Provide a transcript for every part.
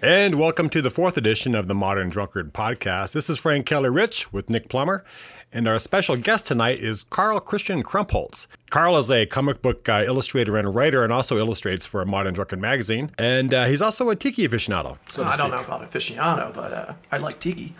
And welcome to the fourth edition of the Modern Drunkard podcast. This is Frank Kelly Rich with Nick Plummer. And our special guest tonight is Carl Christian Krumpholz. Carl is a comic book uh, illustrator and writer and also illustrates for Modern Drunkard magazine. And uh, he's also a tiki aficionado. So I don't know about aficionado, but uh, I like tiki.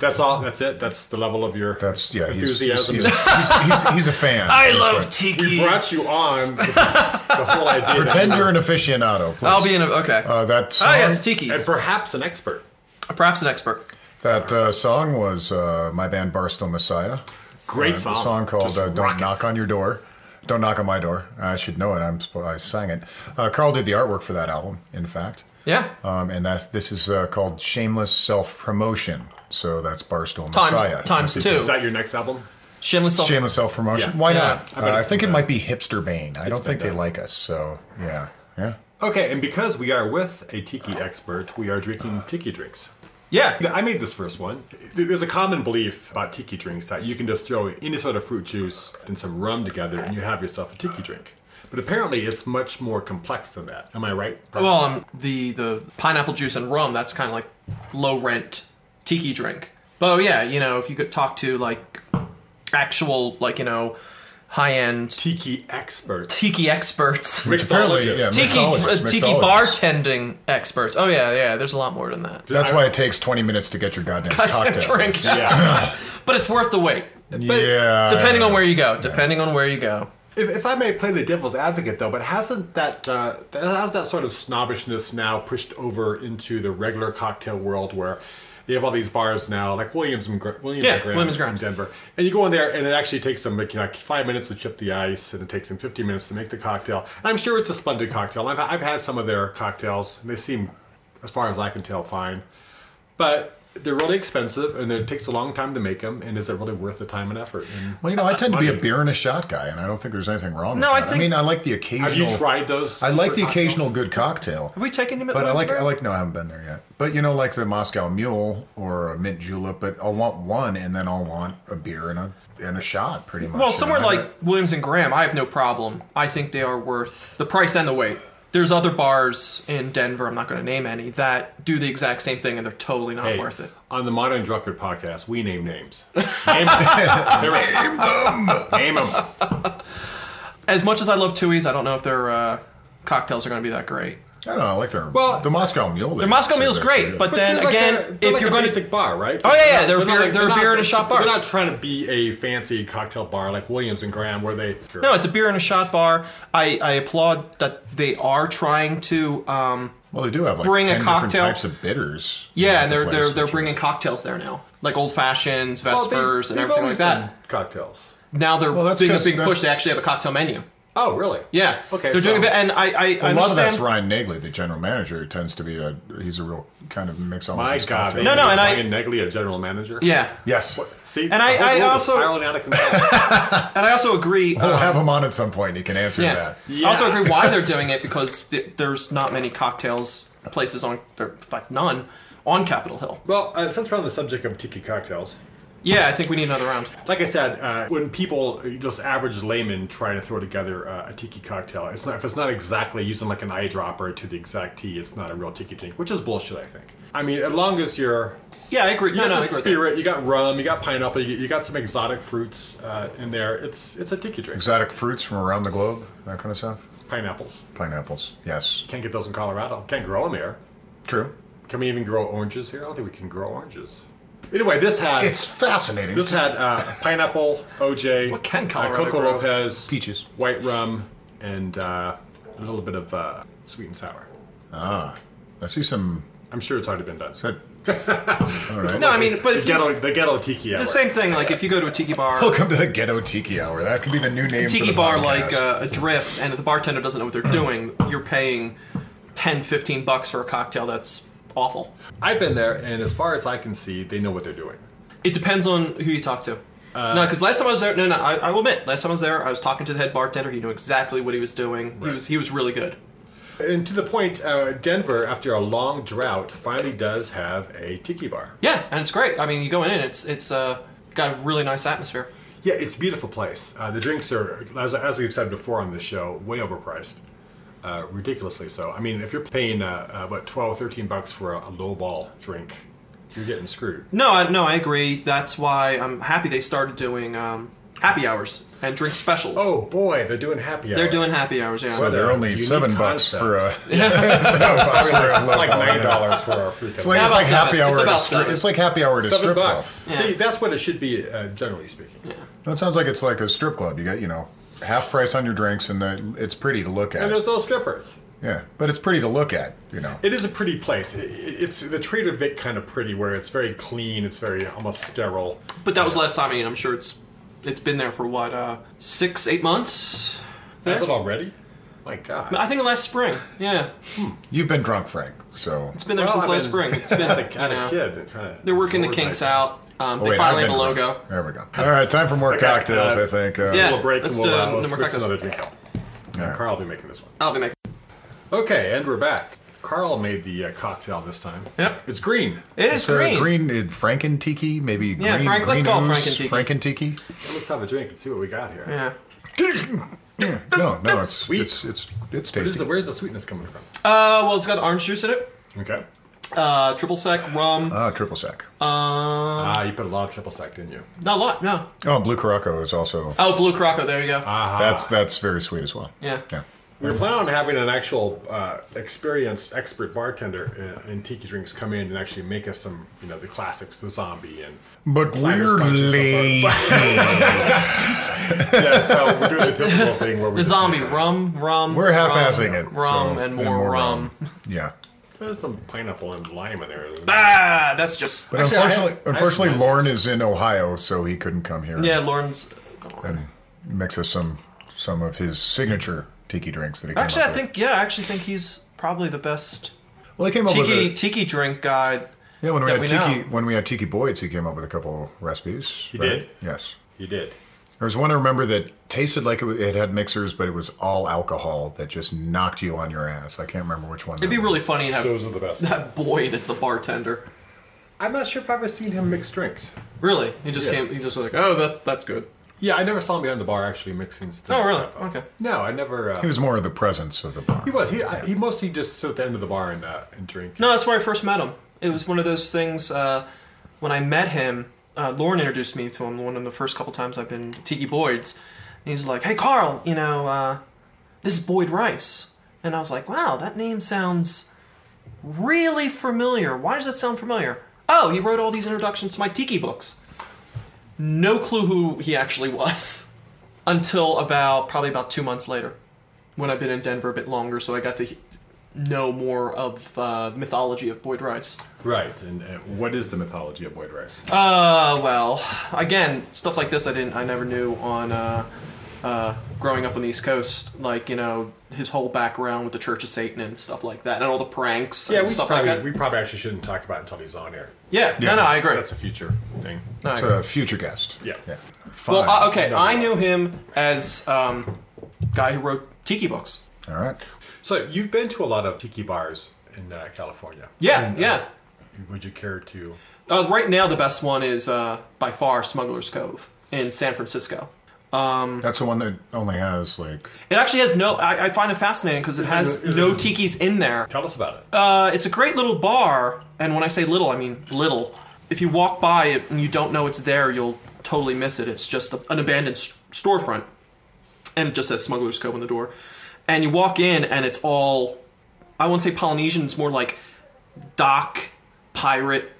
That's all. That's it. That's the level of your That's yeah. he's- enthusiasm. He's, he's, he's, he's, he's a fan. I That's love right. tiki. we brought you on with this- the whole idea. that- Pretend you're an aficionado. Please. I'll be in a okay. Uh, that song, Ah, yes, and tiki's. perhaps an expert. Perhaps an expert. that uh, song was uh, my band Barstool Messiah. Great Uh, song. A song called Just uh, "Don't rock it. Knock on Your Door." Don't knock on my door. I should know it. I'm. sp- I sang it. Uh, Carl did the artwork for that album. In fact. Yeah. Um, and that's this is uh, called shameless self promotion. So that's Barstool Time- Messiah times two. Is that your next album? Shameless self. Shameless self promotion. Yeah. Why Yeah. not? I I, bet uh, I it's think been it done. might be hipster bane. I don't been think they done. like us. So yeah, yeah. Okay, and because we are with a tiki expert, we are drinking tiki drinks. yeah. I made this first one. There's a common belief about tiki drinks that you can just throw any sort of fruit juice and some rum together and you have yourself a tiki drink. But apparently it's much more complex than that. Am I right? Well, um, the the pineapple juice and rum. That's kind of like low rent tiki drink. But oh, yeah, you know, if you could talk to like actual like you know high end tiki expert. tiki experts. Which apparently, Mixologist. yeah, Tiki, uh, mixologist, tiki mixologist. bartending experts. Oh yeah, yeah. There's a lot more than that. That's why it takes 20 minutes to get your goddamn, Goddamn cocktail. drink. Yeah. But it's worth the wait. But Yeah. Depending on where you go. Depending on where you go. if, if I may play the devil's advocate though, but hasn't that, uh, that has that sort of snobbishness now pushed over into the regular cocktail world where they have all these bars now, like Williams and Gr- Williams Yeah, and Graham Williams Graham. in Denver, and you go in there, and it actually takes them like, you know, like five minutes to chip the ice, and it takes them fifteen minutes to make the cocktail. And I'm sure it's a splendid cocktail. I've, I've had some of their cocktails, and they seem, as far as I can tell, fine, but they're really expensive, and it takes a long time to make them. And is it really worth the time and effort? And Well, you know, I tend to be a Money. beer and a shot guy, and I don't think there's anything wrong No, I with that. think- mean, I like the occasional. have you tried those? I like the secret cocktails? occasional good cocktail. Have we taken him at But I like, Williamsburg? I like. No, I haven't been there yet. But you know, like the Moscow Mule or a mint julep. But I'll want one, and then I'll want a beer and a and a shot, pretty much. Well, And somewhere I- like Williams and Graham, I have no problem. I think they are worth the price and the wait. There's other bars in Denver, I'm not going to name any, that do the exact same thing and they're totally not Hey, worth it. On the Modern Drunkard podcast, we name names. Name them. Name them. As much as I love Tui's, I don't know if their uh, cocktails are going to be that great. I don't know. I like their Well, the Moscow Mule. The Moscow Mule's great, but then again, if you're going to basic bar, right? Oh, yeah, yeah, not- they're a not beer- they're a not- beer and a shot bar. They're not trying to be a fancy cocktail bar like Williams and Graham, where they. No, it's a beer and a shot bar. I, I applaud that they are trying to um, well, they do have like bring a 10 different cocktail. types of bitters. you know, Yeah, at and the they're place, they're which they're are- bringing cocktails there now, like old fashions, Well, they've- Vespers, and they've everything like always that. done Cocktails. Now they're Well, that's doing a 'cause big that's- push. They actually have a cocktail menu. Oh, really? Yeah, Okay. They're doing a so- bit, and I I, I A lot of understand. that's Ryan Nagley, the general manager, who tends to be a he's a real kind of mix all My God. they No, no, made and I- Brian Negley, a general manager. Yeah, Yes. See, And I- the whole I world is also- spiraling out of control. and I also agree. We'll um, have him on at some point. He can answer yeah. that. I also agree why they're doing it because th- there's not many cocktails places on there, in fact, none on Capitol Hill. well, uh, since we're on the subject of tiki cocktails, Yeah, I think we need another round. Like I said, uh, when people, just average laymen, try to throw together uh, a tiki cocktail, it's not, if it's not exactly using like an eyedropper to the exact tea, it's not a real tiki drink, which is bullshit, I think. I mean, as long as you're. Yeah, I agree. You no, got no, I the agree. with that. spirit, you got rum, you got pineapple, you, you got some exotic fruits uh, in there. It's it's a tiki drink. Exotic fruits from around the globe, that kind of stuff. Pineapples. Pineapples. Yes. Can't get those in Colorado. Can't grow them here. True. Can we even grow oranges here? I don't think we can grow oranges. Anyway, this had It's fascinating. This had uh, pineapple, OJ, What can uh, Colorado Coco grow? Lopez, Peaches. white rum, and uh, a little bit of uh, sweet and sour. I see some. I'm sure it's already been done. That, all right. No, I mean, but the, if you, ghetto, the ghetto tiki hour. the same thing. Like if you go to a tiki bar. Welcome to the Ghetto Tiki Hour. That could be the new name. for tiki the bar podcast. like uh, a drift and if the bartender doesn't know what they're doing you're paying 10 15 bucks for a cocktail that's awful I've been there, and as far as I can see, they know what they're doing. it depends on who you talk to no because last time i was there no no I, I will admit last time i was there i was talking to the head bartender he knew exactly what he was doing he was he was really good And to the point, uh, Denver, after a long drought, finally does have a tiki bar. yeah and it's great i mean you go in and it's it's uh, got a really nice atmosphere Yeah, it's a beautiful place. Uh, the drinks are, as, as we've said before on the show, way overpriced. uh, ridiculously so. I mean, if you're paying uh, uh, what 12, 13 bucks for a, a lowball drink, you're getting screwed. No, I, no, I agree. That's why I'm happy they started doing um, happy hours and drink specials. Oh boy, they're doing happy hour. they're doing happy hours. Yeah. But they're a only unique seven bucks concept. for a seven bucks for a like local, nine yeah. dollars for our free. It's like, it's How like about happy seven? hour. It's at a about stri- seven. It's like happy hour at a seven strip club. bucks. Yeah. See, that's what it should be, uh, generally speaking. No, it sounds like it's like a strip club. You got you know half price on your drinks, and the, it's pretty to look And at. there's no strippers. Yeah, but it's pretty to look at. You know, It is a pretty place. I- i- It's the Trader Vic kind of pretty, where it's very clean. It's very almost sterile. But that was last time. I mean, I'm sure it's it's been there for what uh, six, eight months. Is it already? My God. I think last spring. Yeah, it's you've been drunk, Frank. So been there Well, since I've last been- spring. It's been a, I know. kid. and trying to They're working the forward kinks myself. out. Um, Oh, they wait, I've finally been have a drunk. logo. There we go. All right, time for more Okay, cocktails. uh, I think. Uh, A yeah. little break. Let's and we'll, do uh, we'll number switch cocktails. another drink out. All right. Carl will be making this one. I'll be making. Okay, and we're back. Carl made the uh, cocktail this time. Yep. It's green. It is It's uh, green. green, uh, Franken tiki, maybe. Yeah, green, Frank- let's green call it ooze, Franken-tiki. Franken tiki. Let's have a drink and see what we got here. Yeah. Uh, Yeah, no, no, it's Sweet. It's it's it's Where's the, tasty. where's the sweetness coming from? Uh, well, it's got orange juice in it. Okay. Uh, triple sec rum. Ah, triple sec. Uh, um, Ah, you put a lot of triple sec, didn't you? Not a lot. No. oh, blue caraco is also. Oh, blue croco. There you go. Uh, Ah, That's that's very sweet as well. yeah. Yeah. We were planning on having an actual uh, experienced expert bartender uh, in, in Tiki Drinks come in and actually make us some, you know, the classics, the zombie, and But Climbers we're punches so lazy. yeah, so we're doing the typical thing where we The zombie rum, rum. We're rum. half-assing it. Rum so- and more, rum. Yeah. There's some pineapple and lime in there. Ah, that's just. But Actually, I have- unfortunately, I have unfortunately, some- Lauren is in Ohio, so he couldn't come here. yeah, Lauren's. And mix us some some of his signature tiki drinks that he. Came Actually, up I think yeah. I actually think he's probably the best With. Well, he came up tiki with a, tiki drink guy. yeah when we that had we tiki know. when we had tiki Boyd's, he came up with a couple recipes. He did? Yes. You did. There was one I remember that tasted like it, wa- it had mixers, but it was all alcohol that just knocked you on your ass. I can't remember which one. It'd be really funny to have Those are the best. that boy that's the bartender. I'm not sure if I've ever seen him mix drinks. Really, he just Yeah. came. He just was like, oh, that that's good. Yeah, I never saw him behind the bar actually mixing stuff. Oh, really? stuff up. Okay. No, I never. Uh, He was more of the presence of the bar. He was. He, I, he mostly just sit at the end of the bar and, uh, and drink. No, that's where I first met him. It was one of those things. Uh, when I met him, uh, Lauren introduced me to him. One of the first couple times I've been to Tiki Boyd's, and he's like, "Hey, Carl, you know, uh, this is Boyd Rice," and I was like, "Wow, that name sounds really familiar. Why does that sound familiar?" Oh, he wrote all these introductions to my Tiki books. No clue who he actually was until about probably about two months later, when I've been in Denver a bit longer, so I got to he- know more of uh, mythology of Boyd Rice. Right. And uh, what is the mythology of Boyd Rice? Uh, well, again, stuff like this I didn't, I never knew on uh, uh, growing up on the East Coast. Like you know, his whole background with the Church of Satan and stuff like that, and all the pranks yeah, and we stuff probably like that. we probably actually shouldn't talk about it until he's on air. yeah, Yeah, no, no, I agree. That's a future thing. No, I It's agree. a future guest. Yeah. Yeah. Fine. Well, uh, okay, No. I knew him as um, guy who wrote tiki books. All right. So you've been to a lot of tiki bars in uh, California. Yeah, And, uh, yeah. would you care to? Uh, right now, the best one is uh, by far Smuggler's Cove in San Francisco. That's the one that only has like It actually has no. I, I find it fascinating because it has it- is no it- tikis in there. Tell us about it. Uh, it's a great little bar, and when I say little, I mean little. If you walk by it and you don't know it's there, you'll totally miss it. It's just a, an abandoned s- storefront, and it just says Smuggler's Cove on the door. And you walk in, and it's all. I won't say Polynesian. It's more like dock, pirate,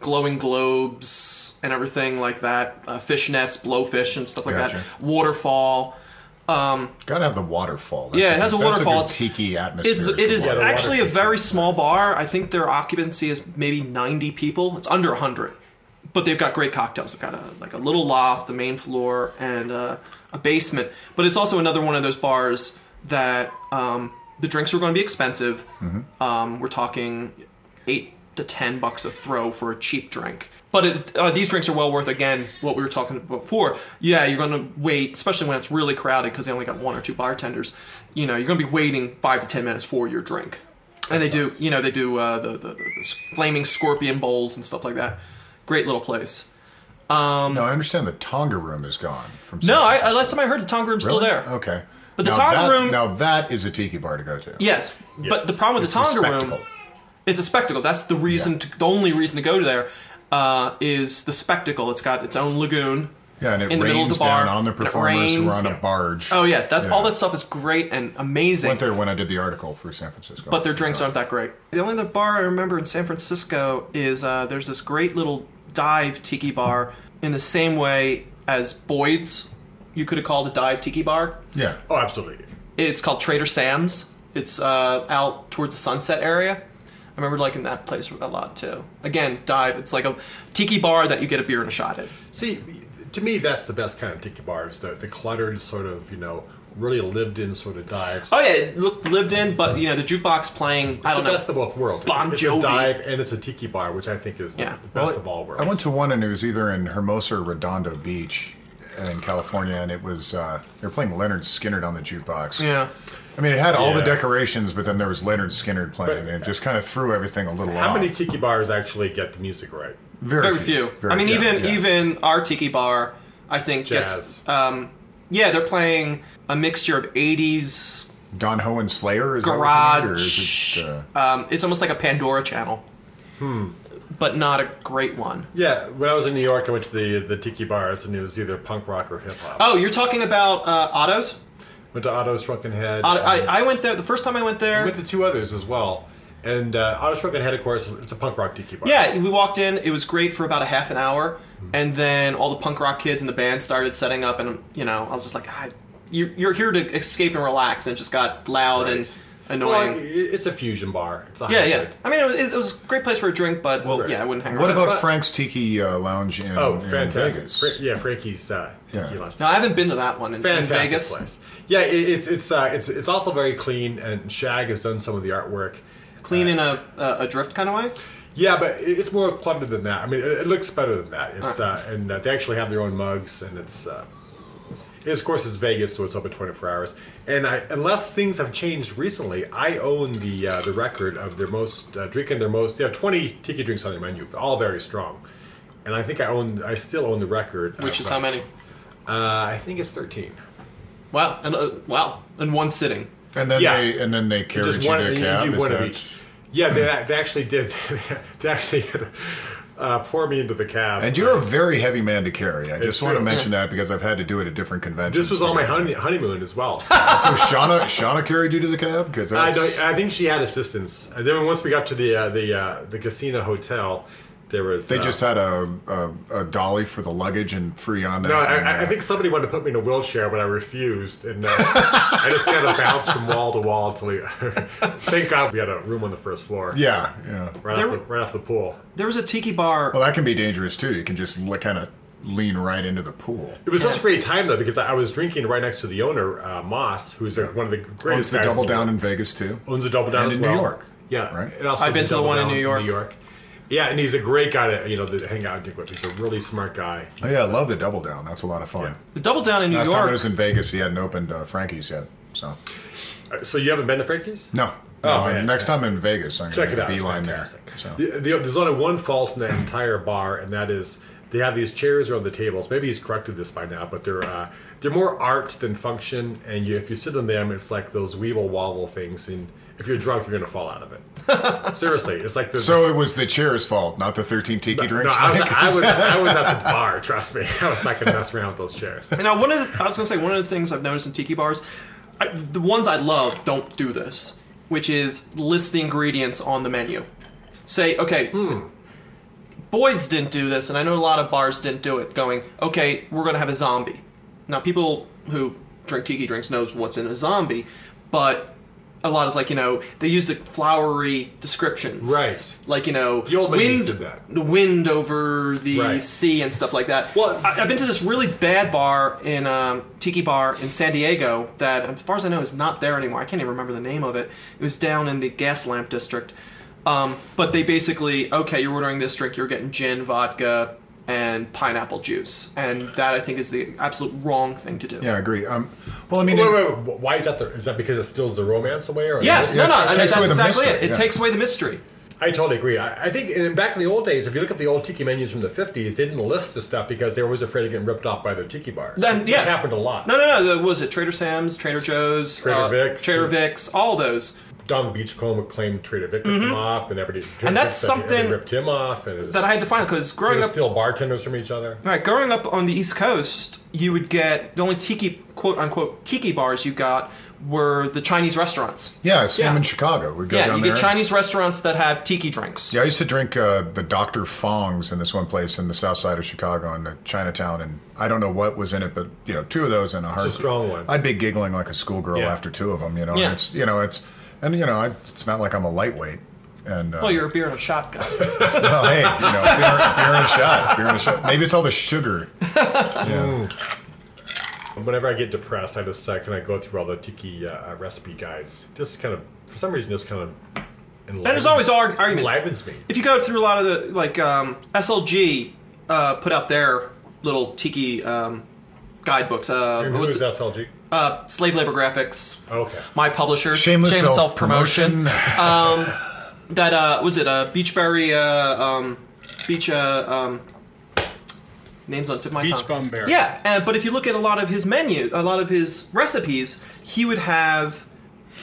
glowing globes, and everything like that. Uh, fish nets, blowfish, and stuff like Gotcha. that. Waterfall. gotta have the waterfall. That's Yeah, it has a good- that's waterfall. good It's- tiki atmosphere. It's is it the is Yeah, the water. water actually a feature. very small bar. I think their occupancy is maybe 90 people. It's under 100, but they've got great cocktails. They've got a like a little loft, a main floor, and uh, a basement. But it's also another one of those bars that um, the drinks are going to be expensive. Mm-hmm. Um, we're talking eight to ten bucks a throw for a cheap drink. But it, uh, these drinks are well worth again what we were talking about before. Yeah, you're going to wait, especially when it's really crowded because they only got one or two bartenders. You know, you're going to be waiting five to ten minutes for your drink, and they do. You know, they do uh, the, the, the flaming scorpion bowls and stuff like that. Great little place. No, I understand the Tonga room is gone from. No, I, San I, Francisco. last time I heard, the Tonga Room's still Really? there. Okay. But But the now Tonga that, room, Now that is a tiki bar to go to. yes, But Yes. the problem with It's the a Tonga room, spectacle. it's a spectacle. That's the reason. To, the only reason to go to there uh, is the spectacle. It's got its own lagoon. Yeah, and it in the middle of rains the bar, down on the and it performers who are rains. on a barge. Oh yeah, that's all Yeah. that stuff is great and amazing. Went there when I did the article for San Francisco. but their drinks aren't that great. The only other bar I remember in San Francisco is uh, there's this great little dive tiki bar in the same way as Boyd's. You could have called a dive tiki bar. Yeah. Oh, absolutely. It's called Trader Sam's. It's uh, out towards the Sunset area. I remember liking that place a lot too. Again, dive. It's like a tiki bar that you get a beer and a shot at. See, to me, that's the best kind of tiki bars. The the cluttered sort of, you know, really lived in sort of dives. Oh yeah, it looked lived in, but you know the jukebox playing. I It's don't the know. best of both worlds. Bon it's Jovi. a dive and it's a tiki bar, which I think is the- Yeah. the best Well, of all worlds. I went to one and it was either in Hermosa or Redondo Beach in California, and it was uh, they were playing Leonard Skinner on the jukebox. yeah. I mean, it had all the Yeah. decorations, but then there was Leonard Skinner playing, and it just kind of threw everything a little How off. many tiki bars actually get the music right? Very few. Very I mean, few, even yeah. even our tiki bar, I think Jazz. gets. Um, yeah, they're playing a mixture of '80s Don Ho and Slayer is that what you mean, or is e- garage. it, uh, um, it's almost like a Pandora channel, but not a great one. Yeah, when I was in New York, I went to the, the tiki bars, and it was either punk rock or hip hop. Oh, you're talking about uh, Otto's. Went to Otto's Shrunken Head. Otto, um, I, I went there the first time I went there. went to two others as well. And uh, Otto's Shrunken Head, of course, it's a punk rock tiki bar. Yeah, we walked in. It was great for about a half an hour, and then all the punk rock kids and the band started setting up, and you know, I was just like, ah, you're, "You're here to escape and relax," and it just got loud and annoying. Well, i- it's a fusion bar. It's a yeah, yeah. hybrid. I mean, it was, it was a great place for a drink, but Well, yeah, I wouldn't hang what around. about but- Frank's Tiki uh, Lounge in, Oh, in fantastic! Vegas? Fra- yeah, Frankie's uh, tiki Yeah. lounge. no, I haven't been to that one in, in fantastic Vegas. place. Yeah, it, it's it's uh, it's it's also very clean, and Shag has done some of the artwork. Clean in a, a a drift kind of way. Yeah, but it- it's more cluttered than that. I mean, it, it looks better than that. It's uh, and uh, they actually have their own mugs, and it's. Uh, it is, of course, it's Vegas, so it's open 24 hours. And I, unless things have changed recently, I own the uh, the record of their most uh, drinking their most. They have 20 tiki drinks on their menu, all very strong. And I think I own, I still own the record. Which of, is how many? Uh, I think it's 13. Wow, and uh, wow, in one sitting. And then Yeah. they and then they carried just you one, to a you cab. do is one of that- each. Yeah, they, they actually did. They actually uh, pour me into the cab. And you're a very heavy man to carry. I just want to true. mention that because I've had to do it at different conventions. this was on my honey, honeymoon as well. I So Shauna, Shauna carried you to the cab because don't, I think she had assistance. And then once we got to the uh, the uh, the casino hotel, there was they uh, just had a, a a dolly for the luggage and uh, free on that. No, I, I- I think somebody wanted to put me in a wheelchair, but I refused, and uh, I just kind of bounced from wall to wall until we. thank God we had a room on the first floor. Yeah, yeah. Right, There off the, were- right off the pool. There was a tiki bar. Well, that can be dangerous too. You can just le- kind of lean right into the pool. It was such a great time though because I I was drinking right next to the owner, uh, Moss, who's uh, one of the Owns greatest. the guys double in the world. down in Vegas too. owns a double down And as in well. New York, Yeah, right? and also I've been the to the Double one in Down New York. Yeah, and he's a great guy to you know to hang out and drink with. He's a really smart guy. Oh, yeah, I love the double down. That's a lot of fun. The Double Down in New Last time York. I was in Vegas, he hadn't opened uh, Frankie's yet. So Uh, So you haven't been to Frankie's? no, Oh, no. man. next time in Vegas, I'm Check gonna it make a out. It's beeline there. fantastic. So. The- the- there's only one fault in that entire bar, and that is they have these chairs around the tables. Maybe he's corrected this by now, but they're uh, they're more art than function. And you, if you sit on them, it's like those weeble wobble things. And if you're drunk, you're gonna fall out of it. Seriously, it's like the So it was the chair's fault, not the 13 tiki no, drinks. I was, Mike? I, was, I was at the bar, trust me. I was not going to mess around with those chairs. And now, one of the, I was gonna say one of the things I've noticed in tiki bars, I, the ones I love don't do this, which is list the ingredients on the menu. Say, okay, Hmm. Boyd's didn't do this, and I know a lot of bars didn't do it. Going, okay, we're gonna have a zombie. Now, people who drink tiki drinks knows what's in a zombie, but a lot of like you know they use the flowery descriptions, Right. Like you know, The old menus wind, did that. the wind over the Right. sea and stuff like that. Well- I, I've been to this really bad bar in um, tiki bar in San Diego that, as far as I know, is not there anymore. I can't even remember the name of it. It was down in the gas lamp district. Um, but they basically, okay, you're ordering this drink, you're getting gin, vodka, and pineapple juice, and that I think is the absolute wrong thing to do. yeah, I agree. Um, well, I mean, Wait, wait, wait. Why is that? The, is that because it steals the romance away? Or Yeah, is no, it- no, I mean, takes that's away the exactly mystery, it. It yeah. takes away the mystery. I totally agree. I, I think and back in the old days, if you look at the old tiki menus from the 50s, they didn't list the stuff because they were always afraid of getting ripped off by the tiki bars. Then- Which yeah. happened a lot. No, no, no. The, what was it Trader Sam's, Trader Joe's, Trader uh, Vic's. Trader Vic's, all those. Don the Beachcomber claimed Trader Vic ripped him off, then everybody Mm-hmm. And that's something ripped him off, and it was, That I had to find because they growing were up, still bartenders from each other. right, growing up on the East Coast, you would get the only tiki quote unquote tiki bars you got were the Chinese restaurants. Yeah, same Yeah. in Chicago. We go Yeah, down you there. get Chinese restaurants that have tiki drinks. Yeah, I used to drink uh, the Dr. Fong's in this one place in the south side of Chicago in the Chinatown, and I don't know what was in it, but you know, two of those and a hard. a strong one. I'd be giggling like a schoolgirl Yeah. after two of them. You know, Yeah. and it's you know, it's and you know, I, it's not like I'm a lightweight. And uh, Well, Oh, you're a beer and a shot guy. well, hey, you know, beer, beer and a shot, beer and a shot. Maybe it's all the sugar. Whenever I get depressed, I just uh, kind of go through all the tiki uh, recipe guides. Just kind of, for some reason, just kind of. Enliven, And there's always arg- arguments. enlivens me. if you go through a lot of the like um, SLG uh, put out their little tiki um, guidebooks. Uh, Who what's is Oh. it? SLG? uh, slave labor graphics. Okay. My publisher, Shameless, self-promotion. self-promotion. That uh, was it. Uh, Beachberry, uh, um, Beach. Uh, um, names on the tip of my Beach tongue. bum bear. Yeah, uh, but if you look at a lot of his menu, a lot of his recipes, he would have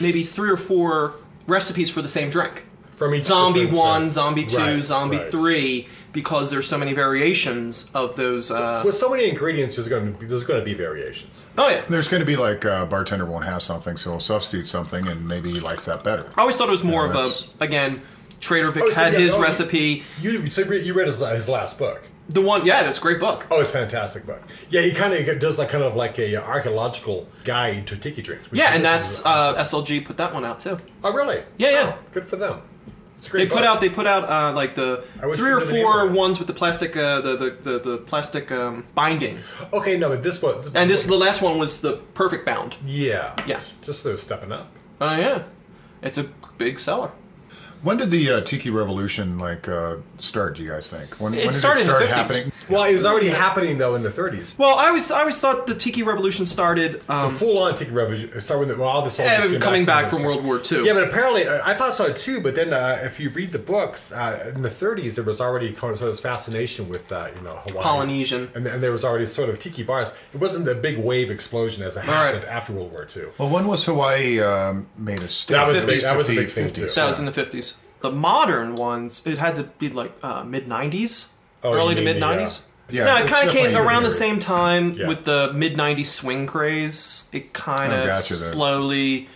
maybe three or four recipes for the same drink. From each Zombie different one, set. zombie two, Right, zombie right. three, because there's so many variations of those. Uh, With so many ingredients, there's going to be, there's going to be variations. oh yeah, There's going to be like a bartender won't have something, so he'll substitute something, and maybe he likes that better. I always thought it was more Yeah, that's- of a again. Trader Vic Oh, so had yeah, his oh, you- recipe. You so you read his, his last book. The one, yeah, that's a great book. Oh, it's a fantastic book. Yeah, he kind of does like kind of like a archaeological guide to tiki drinks. which Yeah, and is- that's uh, SLG put that one out too. oh really? Yeah, yeah. Good for them. It's a great. They put book. out they put out uh, like the I wish three we or knew the name four of it. ones with the plastic uh, the, the, the the plastic um, binding, okay, no, but this one and this the last one was the perfect bound. Yeah. Yeah. Just they're stepping up. Oh yeah, it's a big seller. When did the uh, tiki revolution like uh, start? Do you guys think? When, when did started in it the start 50s. happening? Well, it was already happening though in the 30s. Well, I always I always thought the tiki revolution started. Um, Full on tiki revolution. Sorry, when the, well, all this all eh, just came coming back, the- from World War II. Yeah, but apparently uh, I thought so too. But then, uh, if you read the books uh, in the 30s, there was already kind of sort of fascination with uh, you know Hawaii, Polynesian. and, and there was already sort of tiki bars. It wasn't the big wave explosion as it right. happened after World War II. Well, when was Hawaii um, made a state? That was a big- that was a big thing, too. that was in the fifties. The modern ones, it had to be like uh, mid nineties, Oh, you early to mean, mid nineties. yeah. Yeah, no, it it's kind of came definitely around the earlier. same time Yeah. with the mid '90s swing craze. It kind Oh, of gotcha, then. slowly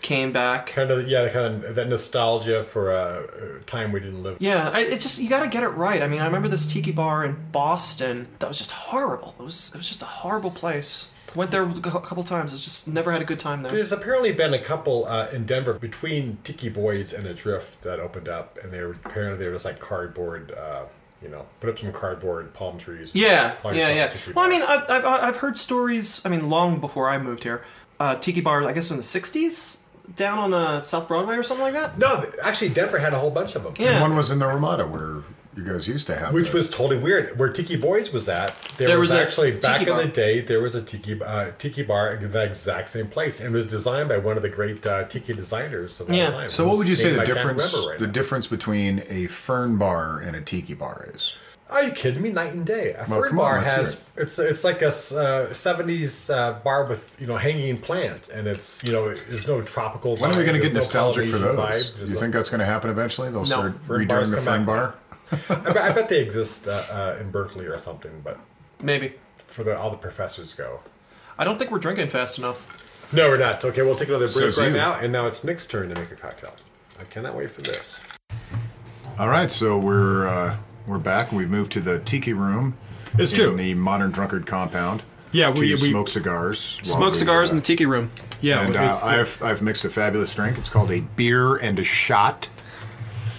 came back. Kind of, yeah, kind of that nostalgia for a uh, time we didn't live. Yeah, I, it just you got to get it right. I mean, I remember this tiki bar in Boston that was just horrible. It was it was just a horrible place. Went there a couple times. I just never had a good time there. There's apparently been a couple uh, in Denver between Tiki Boys and Adrift that opened up, and they were apparently they were just like cardboard, uh, you know, put up some cardboard palm trees. Yeah, Call yeah, yourself a yeah. tiki Well, I bar. mean, I've, I've, I've heard stories. I mean, long before I moved here, uh, tiki bars. I guess in the '60s, down on uh, South Broadway or something like that. no, th- actually, Denver had a whole bunch of them. Yeah. One was in the Ramada where you guys used to have. Which that. was totally weird. Where Tiki Boys was at, there, There was, was a actually tiki back bar. in the day there was a tiki uh, tiki bar in that exact same place, and it was designed by one of the great uh, tiki designers of all Yeah. time. So what would you His say name the I can't difference remember right the now. difference between a fern bar and a tiki bar is? Are you kidding me? Night and day. A Well, fern come on, bar let's hear has it's it's like a s- uh, '70s uh, bar with you know hanging plants, and it's you know there's no tropical. When are we vibe, going to get there's no nostalgic for Polynesian those? vibe, Do there's you no- think that's going to happen eventually? They'll start fern bars redoing the come fern out. bar. I, bet, I bet they exist uh, uh, in Berkeley or something, but Maybe. for the all the professors go. I don't think we're drinking fast enough. No, we're not. Okay, we'll take another break Says right you. now, and now it's Nick's turn to make a cocktail. I cannot wait for this. All right, so we're uh, we're back. We've moved to the tiki room. It's in true. The modern drunkard compound. Yeah, we- to we- smoke cigars. while Smoke we, cigars uh, in the tiki room. Yeah, And uh, it's- I've I've mixed a fabulous drink. It's called a beer and a shot.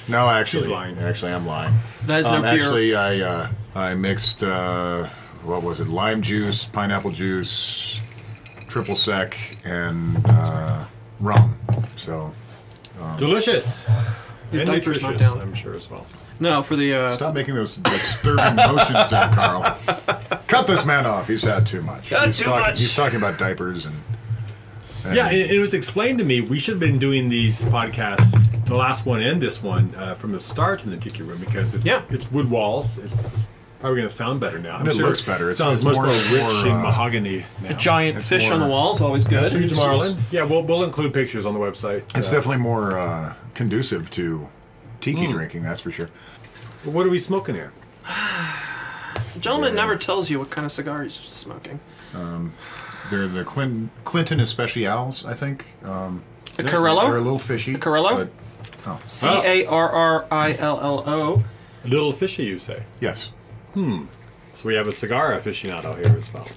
No, actually, She's lying. Actually, I'm lying. Um, That is no beer. Actually, I uh, I mixed uh, what was it? Lime juice, pineapple juice, triple sec, and uh, rum. So delicious. Your And diaper's not nutritious, down. I'm sure as well. No, for the uh, stop making those disturbing motions, there, Carl. Cut this man off. He's had too much. Had he's too talking, much. He's talking about diapers and. and Yeah, it, it was explained to me we should have been doing these podcasts the last one and this one uh, from the start in the tiki room because it's Yeah. it's wood walls. It's probably going to sound better now. I'm It looks better. It It's- sounds it's much more- more, it's rich more, in uh, mahogany now. A giant It's fish on the more- wall's always good. huge marlin. Yeah, we'll we'll include pictures on the website. It's Uh, definitely more uh, conducive to tiki drinking, that's for sure. but what are we smoking here? The gentleman never tells you what kind of cigar he's smoking. They're the Clin- Clinton Especials, I think. Um, The They're a Carrillo? little fishy. Carrillo? but- oh, C A R R I L L O. A little fishy, you say. yes. So we have a cigar aficionado here as well.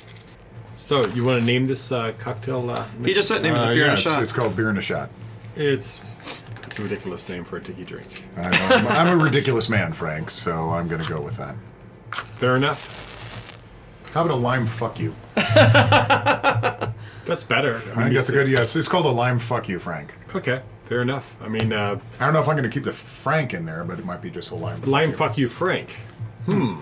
So you want to name this uh, cocktail? Uh, He just said name of Uh, the beer yeah, and it's, shot. it's called beer and a shot. it's it's a ridiculous name for a tiki drink. I know, I'm, I'm a ridiculous man, Frank, so I'm going to go with that. Fair enough. How about a lime fuck you? That's better. I think that's a good yes. It's called a lime fuck you, Frank. Okay, fair enough. I mean, uh, I don't know if I'm going to keep the Frank in there, but it might be just a lime. fuck lime you. fuck you, Frank. Hmm.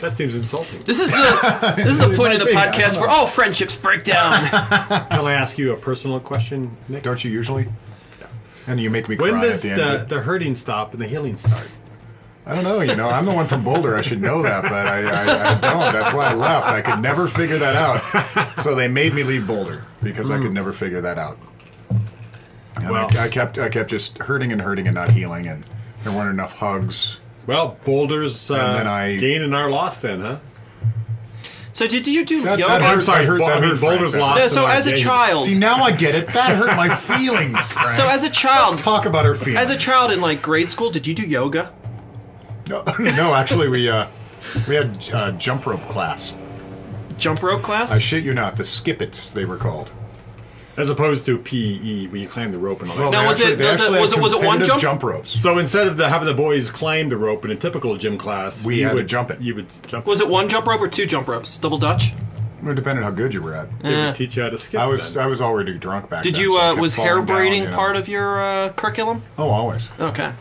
That seems insulting. This is the this is the point of the might be, I don't podcast where all friendships break down. Can I ask you a personal question, Nick? Don't you usually? And you make me when cry does at the end. the, of it. the hurting stop and the healing start? I don't know. You know, I'm the one from Boulder. I should know that, but I, I, I don't. That's why I left. I could never figure that out. So they made me leave Boulder because I could never figure that out. And Well- I, I kept, I kept just hurting and hurting and not healing, and there weren't enough hugs. Well, Boulder's uh, then I- gain and our loss, then, huh? So did you do That- yoga? that I'm hurt- sorry, that hurt- Bo- that I mean, hurt, Boulder's Frank. loss. no, and so our as a gain. child. See, now I get it. That hurt my feelings. Frank. so as a Let's child, talk about her as feelings. a child in like grade school, did you do yoga? No, no, actually, we uh, we had uh, jump rope class. Jump rope class? I shit you not, the skippets they were called. As opposed to PE, where you climb the rope and all that. Well, Now, they was actually- it- they was it- actually had was it- was it one competitive jump? jump ropes? So instead of the, having the boys climb the rope in a typical gym class, We you had to would jump it. You would jump. was it? it one jump rope or two jump ropes? Double Dutch? It depended how good you were at. They would teach you how to skip. I was then. I was already drunk back Did then. you so I uh, kept was falling hair down, braiding you know. part of your uh, curriculum? Oh, always. Okay.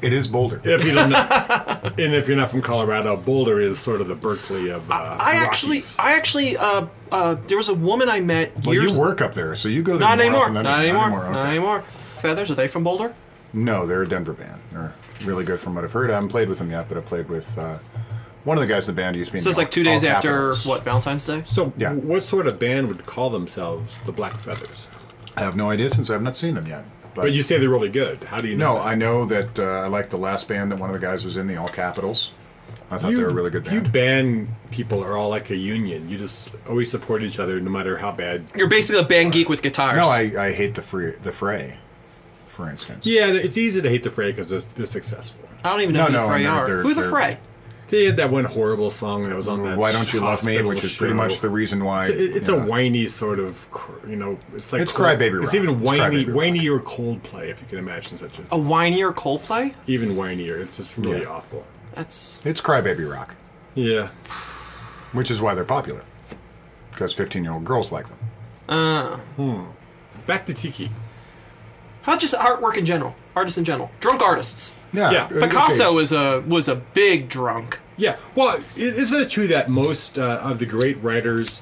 It is Boulder. if you don't know, and if you're not from Colorado, Boulder is sort of the Berkeley of. Uh, I the actually, Rockies. I actually, uh, uh, there was a woman I met well, years. you work up there, so you go there not more anymore. often Not, than not anymore. okay. Not anymore. Feathers are they from Boulder? No, they're a Denver band. They're really good from what I've heard. I haven't played with them yet, but I played with uh, one of the guys in the band who used to be. in So it's the like two days All after Capitals. what Valentine's Day. So, Yeah. what sort of band would call themselves the Black Feathers? I have no idea since I have not seen them yet. But you say they're really good. How do you know? No, I know that uh, I like the last band that one of the guys was in, the All Capitals. I thought they were a really good You band. band people are all like a union. You just always support each other, no matter how bad. You're basically a band geek with guitars. no, I, I hate the free the fray, for instance. Yeah, it's easy to hate the Fray because they're, they're successful. I don't even know who the No, no, Frey they're- are. they're- Who the they're- Frey? They had that one horrible song that was on that. Why don't you love me? hospital Which is pretty show. much the reason why. It's, a- it's you a know, whiny sort of, cr- you know, it's like It's Cold- crybaby It's rock. even It's whiny, crybaby rock. whinier Coldplay if you can imagine such a A whinier Coldplay? even whinier. It's just really awful. That's It's crybaby rock, Yeah, which is why they're popular, because fifteen year old girls like them. back to Tiki. not just artwork in general. Artists in general. Drunk artists. Yeah, Yeah. uh, okay. Picasso was a was a big drunk. Yeah. Well, i- isn't it true that most uh, of the great writers,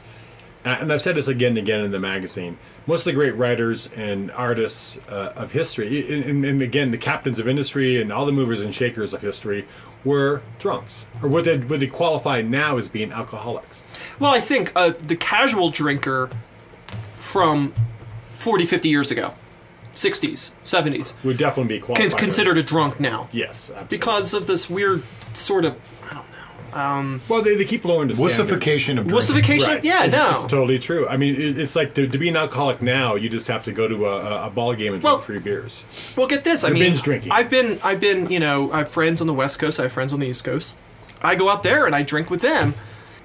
and and I've said this again and again in the magazine, most of the great writers and artists uh, of history, and, and, and again the captains of industry and all the movers and shakers of history, were drunks, or what they what they qualify now as being alcoholics. Well, I think uh, the casual drinker from 40, 50 years ago, 60s, 70s, Would definitely be qualified. is as- considered a drunk now. Yes, absolutely. Because of this weird sort of well, they, they keep lowering the standards. Wussification of drinking. wussification. Right. Yeah, It- no. It's totally true. I mean, it, it's like to, to be an alcoholic now, you just have to go to a, a- a ball game and drink Well- three beers. Well, get this. I mean, binge drinking. I've been, I've been, you know, I have friends on the West Coast. I have friends on the East Coast. I go out there and I drink with them,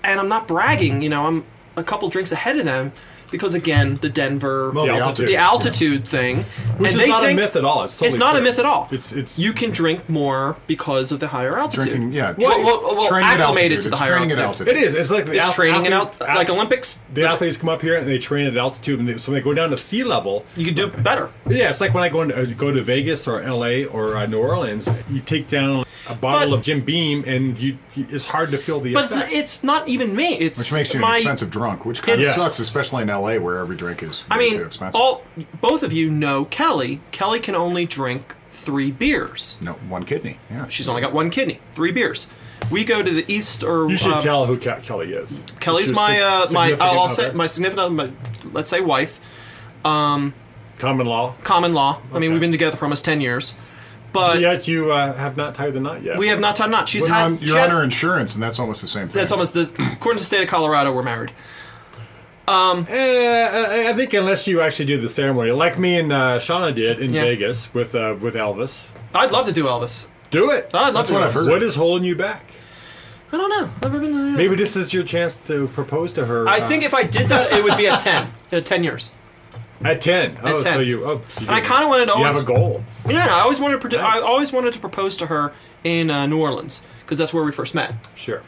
and I'm not bragging. You know, I'm a couple drinks ahead of them because again, the Denver, Well, The the altitude. altitude. the altitude thing, Which and is they not think a myth at all. It's, totally it's not a true. myth at all. It's it's you can drink more because of the higher altitude. Drinking, yeah. Well, training- well, well, training at acclimated altitude. to the It's higher training altitude. at It is. It's like the It's ath- training and out athlete- like ath- Olympics. The athletes come up here and they train at altitude, and they, so when they go down to sea level, You can do better. yeah, it's like when I go into, uh, go to Vegas or L.A. or uh, New Orleans, you take down a bottle But- of Jim Beam, and you, you- it's hard to feel the But effect. it's, it's not even me. It's Which makes you an my, expensive drunk, which kind of It's- sucks, especially in LA where every drink is I way mean, too expensive. all both of you know Kelly. Kelly can only drink three beers. no, one kidney. Yeah. She's only got one kidney. Three beers. We go to the east or You should um, tell who Ke- Kelly is. Kelly's She's my sig- uh, my significant I'll, I'll other. say my significant other, my, let's say wife. common law. Common law. I mean, Okay. we've been together for almost ten years, but Yet you uh, have not tied the knot yet. we have not time not. She's But on, um, had, she you're on had her Um, insurance, and that's almost the same thing. that's almost the according to the state of Colorado. We're married. Eh, I- I think unless you actually do the ceremony, like me and uh, Shauna did in Yeah. Vegas with uh, with Elvis, I'd love to do Elvis. do it. I'd love That's to. what do I've Elvis. heard. What is holding you back? I don't know. Never been. uh, Maybe this is your chance to propose to her. I uh, think if I did that, it would be at ten. At ten years. at ten. oh, 10. so you. Oh, so you And I kind of wanted to You always. have a goal. Yeah, I always wanted to. produ- I Nice. always wanted to propose to her in uh, New Orleans because that's where we first met. Sure.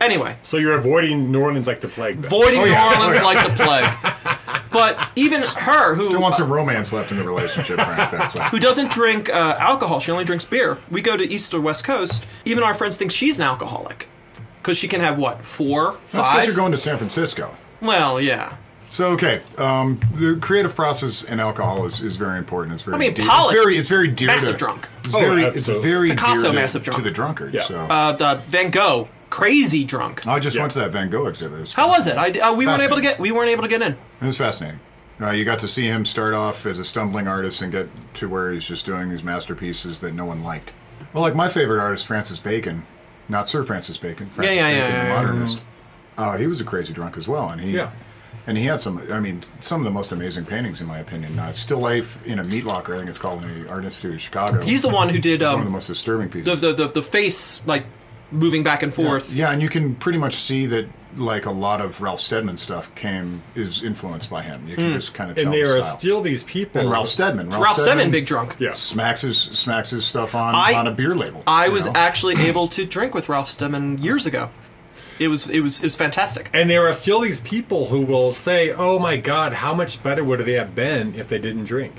Anyway, So you're avoiding New Orleans like the plague. then. Oh, voiding New Orleans like the plague. But even her, who Still want some romance left in the relationship, Frank. That's all. who doesn't drink uh, alcohol, she only drinks beer. We go to East or West Coast. Even our friends think she's an alcoholic because she can have what four, That's because five. you're going to San Francisco. well, yeah. So okay, um, the creative process in alcohol is, is very important. It's very I mean, dear- Pollock, it's very it's very dear massive to, drunk. It's Oh, very it's absolutely. very Picasso, dear to, massive drunk. to the drunkard. Yeah. So Uh, uh, Van Gogh, crazy drunk. I just went to that Van Gogh exhibit. It was, How was it? I, uh, we weren't able to Oh. Fascinating. get. We weren't able to get in. it was fascinating. Uh, you got to see him start off as a stumbling artist and get to where he's just doing these masterpieces that no one liked. Well, like my favorite artist, Francis Bacon, not Sir Francis Bacon, Francis yeah, yeah, Bacon, yeah, the yeah. modernist. Uh, he was a crazy drunk as well, and he Yeah. and he had some. I mean, some of the most amazing paintings, in my opinion. Uh, Still life in a meat locker, I think it's called in the Art Institute of Chicago. He's the one who did one of the um, most disturbing the, pieces. the the the face like moving back and forth. yeah, and you can pretty much see that like a lot of Ralph Steadman stuff came is influenced by him. You Hmm. can just kind of tell And there the are style. still these people. and Ralph Steadman. Ralph, Ralph Steadman, big drunk. Yeah. smacks his smacks his stuff on I- on a beer label. I you was know? actually able to drink with Ralph Steadman years ago. It was it was it was fantastic. And there are still these people who will say, "Oh my God, how much better would they have been if they didn't drink?"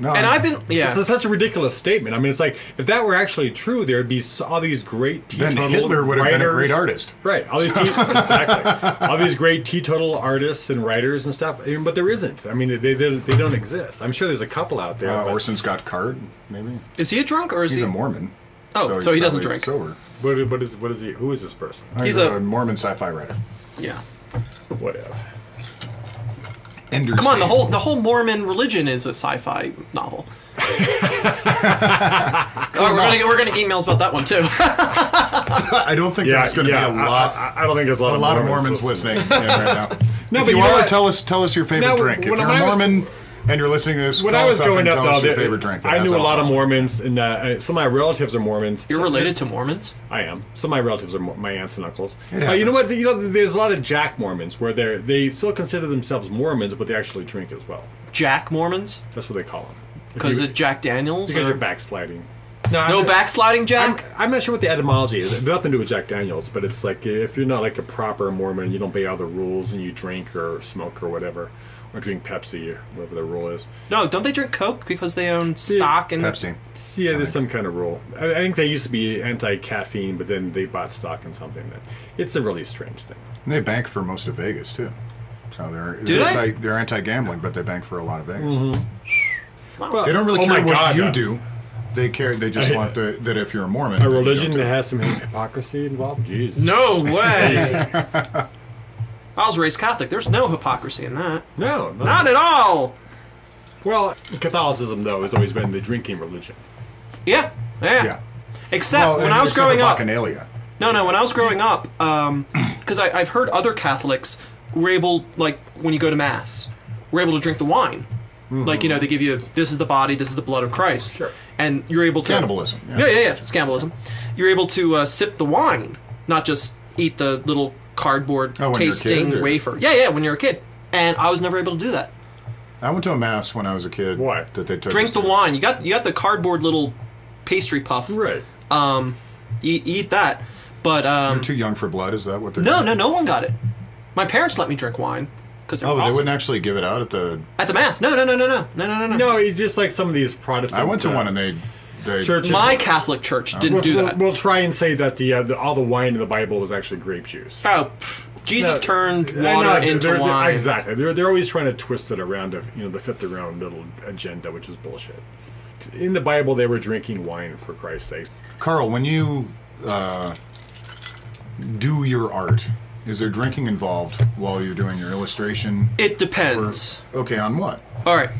no, And I've been yeah. It's such a ridiculous statement. I mean, it's like if that were actually true, there'd be s- all these great Then teetotal Hitler would have been a writers. great artist. right? All these te- exactly, all these great teetotal artists and writers and stuff. I mean, But there isn't. I mean, they, they they don't exist. I'm sure there's a couple out there. Oh, uh, but, Orson Scott Card, maybe Is he a drunk or is he's he a Mormon. Oh, he's so he doesn't probably drink. Sober. what, what is what is he? Who is this person? He's, He's a, a- Mormon sci-fi writer. Yeah. Whatever. Ender's Come on, the Game. whole the whole Mormon religion is a sci-fi novel. oh, we're gonna get, we're gonna get emails about that one too. I don't think there's going to be a I- lot I, I don't think there's a lot. a of lot of Mormons Mormons listening in right now. No, if but you, you know are, what? tell us tell us your favorite No, drink. If when you're I a was- Mormon and you're listening to this, When call I was us up and growing up, tell though, us your there- favorite drink. that I has knew a lot of alcohol. Mormons, and uh, uh, some of my relatives are Mormons. You're So- related to Mormons. I am. Some of my relatives are Mor- my aunts and uncles. It Uh, you know happens. what? You know, there's a lot of Jack Mormons where they they still consider themselves Mormons, but they actually drink as well. Jack Mormons That's what they call them. If because you- of Jack Daniels. because or- you're backsliding. no I'm- backsliding Jack. I'm not sure what the etymology is. It had Nothing to do with Jack Daniels, but it's like if you're not like a proper Mormon, you don't obey all the rules, and you drink or smoke or whatever, or drink Pepsi or whatever the rule is. no, don't they drink Coke because they own stock and Pepsi. Yeah, there's some kind of rule. I, I think they used to be anti-caffeine, but then they bought stock in something. That it's a really strange thing. And they bank for most of Vegas too. So they're Do they're, they? anti, they're anti-gambling, but they bank for a lot of Vegas. Mm-hmm. Well, They don't really oh care my what God, you yeah. do. They care. They just want the, that if you're a Mormon, A then you go religion to- that has some hypocrisy involved? Jeez. No way. I was raised Catholic. There's no hypocrisy in that. No, Not at all. Well, Catholicism, though, has always been the drinking religion. Yeah, yeah. Yeah. Except Well, when and I was except growing for up. Bacchanalia. No, no. When I was growing up, because I I've heard other Catholics were able, like when you go to mass, were able to drink the wine. Mm-hmm. Like you know, they give you this is the body, this is the blood of Christ, Sure. and you're able to Cannibalism, yeah. Yeah, yeah, yeah. It's cannibalism. You're able to uh, sip the wine, not just eat the little cardboard Oh, when you're a kid, tasting or- wafer. Yeah, yeah. When you're a kid, and I was never able to do that. I went to a mass when I was a kid. Why? That they took Drink us the to. wine. You got you got the cardboard little pastry puff. Right. Eat, eat that. But um, You're too young for blood. Is that what they're? No, no, no one got it. My parents let me drink wine because Oh, they wouldn't actually give it out at the. at the mass. No, no, no, no, no, no, no, no, no. No, it's just like some of these Protestant. I went to uh, one and they. They- Churches- My Catholic church didn't we'll, do Uh, we'll- that. We'll try and say that the, uh, the all the wine in the Bible was actually grape juice. Oh, pff, Jesus No, turned I water know, into they're- they're- wine. exactly. They're, they're always trying to twist it around to you know to fit their own little agenda, which is bullshit. In the Bible, they were drinking wine for Christ's sake. Carl, when you uh, do your art, is there drinking involved while you're doing your illustration? It depends. Okay, on what? All right.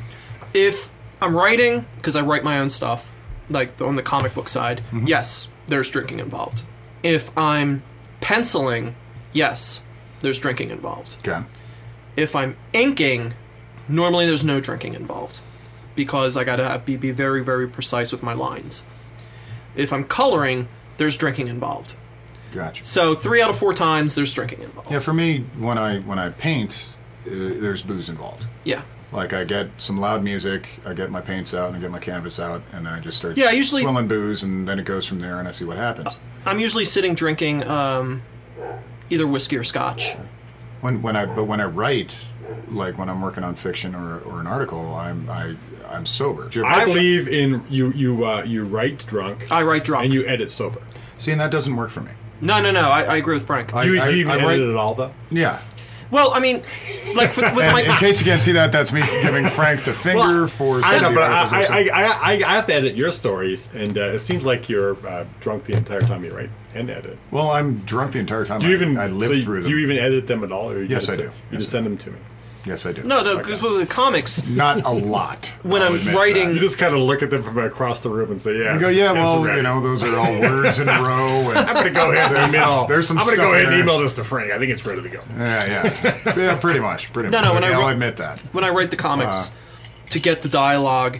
If I'm writing, because I write my own stuff, like on the comic book side, Mm-hmm. yes, there's drinking involved. If I'm penciling, yes, there's drinking involved. Okay. If I'm inking, normally there's no drinking involved because I gotta be, be very, very precise with my lines. If I'm coloring, there's drinking involved. Gotcha. So three out of four times there's drinking involved. Yeah, for me, when I when I paint, uh, there's booze involved. Yeah. Like I get some loud music, I get my paints out, and I get my canvas out, and then I just start Yeah, I usually- swilling booze, and then it goes from there, and I see what happens. I'm usually sitting drinking um, either whiskey or scotch. When when I but when I write, like when I'm working on fiction or, or an article, I'm I I'm sober. I believe in you. You uh, you write drunk. I write drunk. and you edit sober. See, and that doesn't work for me. no, no, no. I, I agree with Frank. I- Do you, do you even edit write- it at all though? Yeah. well, I mean, like with, with In my. case you can't see that, that's me giving Frank the finger for. I some know, of the but I, articles I, I've I, I, I have to edit your stories, and uh, it seems like you're uh, drunk the entire time you write and edit. seen. well, I'm drunk the entire time. Do you even I, I live so you- through them. Do you even edit them at all? Or you Yes, just I do. You Yes, just I send them to me. yes, I do. No, no, because with the comics, not a lot. When I'll I'm admit writing- You that. just kind of look at them from across the room and say, "Yeah." you go, yeah. it's Well, ready." you know, those are all words in a row. And, I'm gonna go ahead and There's email. some- there's some I'm gonna stuff go ahead and there. email this to Frank. I think it's ready to go. yeah, yeah, yeah. Pretty much. Pretty No, much. no, when I will wrote- admit that. when I write the Uh. comics, to get the dialogue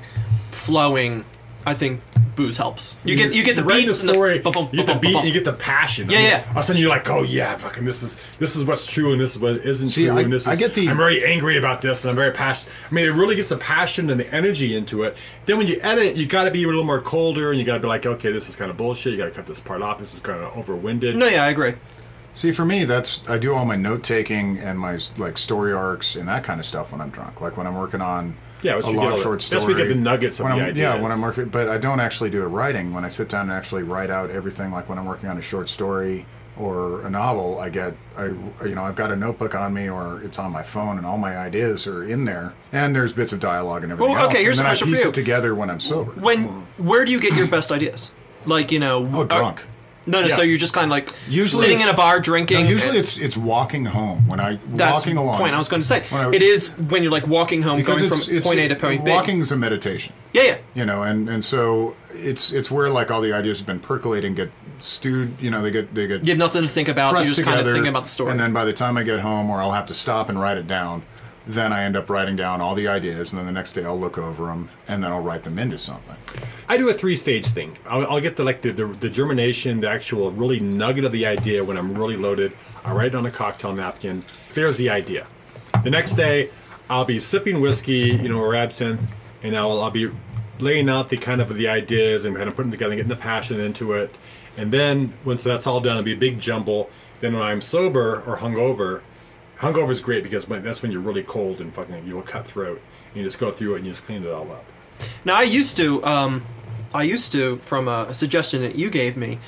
flowing, I think booze helps. You get you get the writing beats the story. and the, ba-bum, you get the ba-bum, beat. ba-bum. You get the passion. Yeah, yeah. All of a sudden, you're like, "Oh yeah, fucking this is this is what's true and this is what isn't See, true." I- and this is, I get the- I'm very angry about this and I'm very passionate. I mean, it really gets the passion and the energy into it. Then when you edit, you got to be a little more colder and you got to be like, "Okay, this is kind of bullshit. You got to cut this part off. This is kind of overwinded." no, yeah, I agree. See, for me, that's I do all my note taking and my like story arcs and that kind of stuff when I'm drunk. Like when I'm working on Yeah, that's a where you get long all the- short story. that's where you get the nuggets of when the I'm, Yeah, ideas. when I'm working, but I don't actually do the writing. When I sit down and actually write out everything, like when I'm working on a short story or a novel, I get I you know I've got a notebook on me or it's on my phone and all my ideas are in there and there's bits of dialogue and everything Well, okay, else. here's a and then question I for piece you. it together when I'm sober. When where do you get your best ideas? Like you know, oh, uh, drunk. no, no. So Yeah. you're just kind of like Usually sitting in it's- a bar drinking. No, usually and- it's it's walking home when I that's walking along. the point I was going to say. When I- it is when you're like walking home, going Because from point A to point B. Walking's a meditation, yeah, yeah. you know, and and so it's it's where like all the ideas have been percolating, get stewed, you know, they get they get You have nothing to think about. You're pressed just together, kind of thinking about the story. and then by the time I get home, or I'll have to stop and write it down. Then I end up writing down all the ideas, and then the next day I'll look over them, and then I'll write them into something. I do a three stage thing. I'll, I'll get the like the, the, the germination, the actual really nugget of the idea when I'm really loaded. I write it on a cocktail napkin. There's the idea. The next day, I'll be sipping whiskey, you know, or absinthe, and I'll, I'll be laying out the kind of the ideas and kind of putting together, getting the passion into it. And then once that's all done, it'll be a big jumble. Then when I'm sober or hungover, hungover is great because when, that's when you're really cold and fucking you'll cut throat. You just go through it and you just clean it all up. Now I used to, um, I used to from a, a suggestion that you gave me,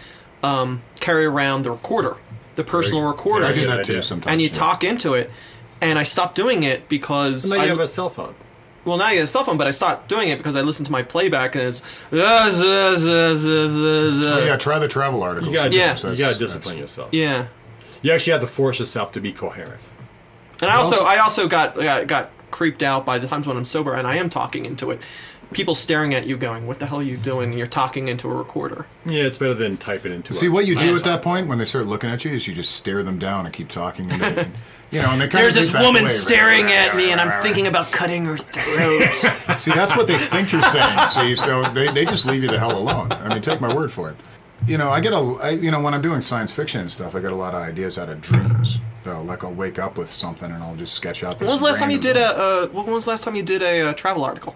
um, carry around the recorder, the personal recorder, I do Yeah, that yeah. too sometimes. and you yeah. talk into it. And I stopped doing it because And then I, you have a cell phone. well now you have a cell phone, but I stopped doing it because I listened to my playback and it's "Ah, zah, zah, zah, zah, Oh, zah." yeah, try the travel articles. You gotta, Yeah. dis- you gotta discipline yourself. yeah. You actually have to force yourself to be coherent. And I also I also got, got got creeped out by the times when I'm sober and I am talking into it. People staring at you, going, "What the hell are you doing?" And you're talking into a recorder. Yeah, it's better than typing into. See a- what you do Yeah. at that point when they start looking at you is you just stare them down and keep talking. And they, you know, and they kind There's of this back woman away. staring at me, and I'm thinking about cutting her throat. See, that's what they think you're saying. See, so they, they just leave you the hell alone. I mean, take my word for it. You know, I get a I, you know when I'm doing science fiction and stuff, I get a lot of ideas out of dreams. So like I'll wake up with something and I'll just sketch out. This When was the last time you random- did a? Uh, when was the last time you did a uh, travel article?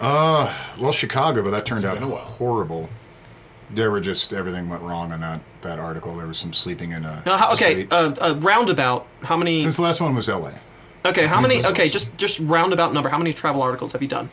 Well, Chicago, but that turned out been a while. horrible. There were just everything went wrong on that that article. There was some sleeping in a. No, how, okay, street. uh, uh, roundabout. How many? Since the last one was L.A. Okay, how many? results. Okay, just just roundabout number. How many travel articles have you done?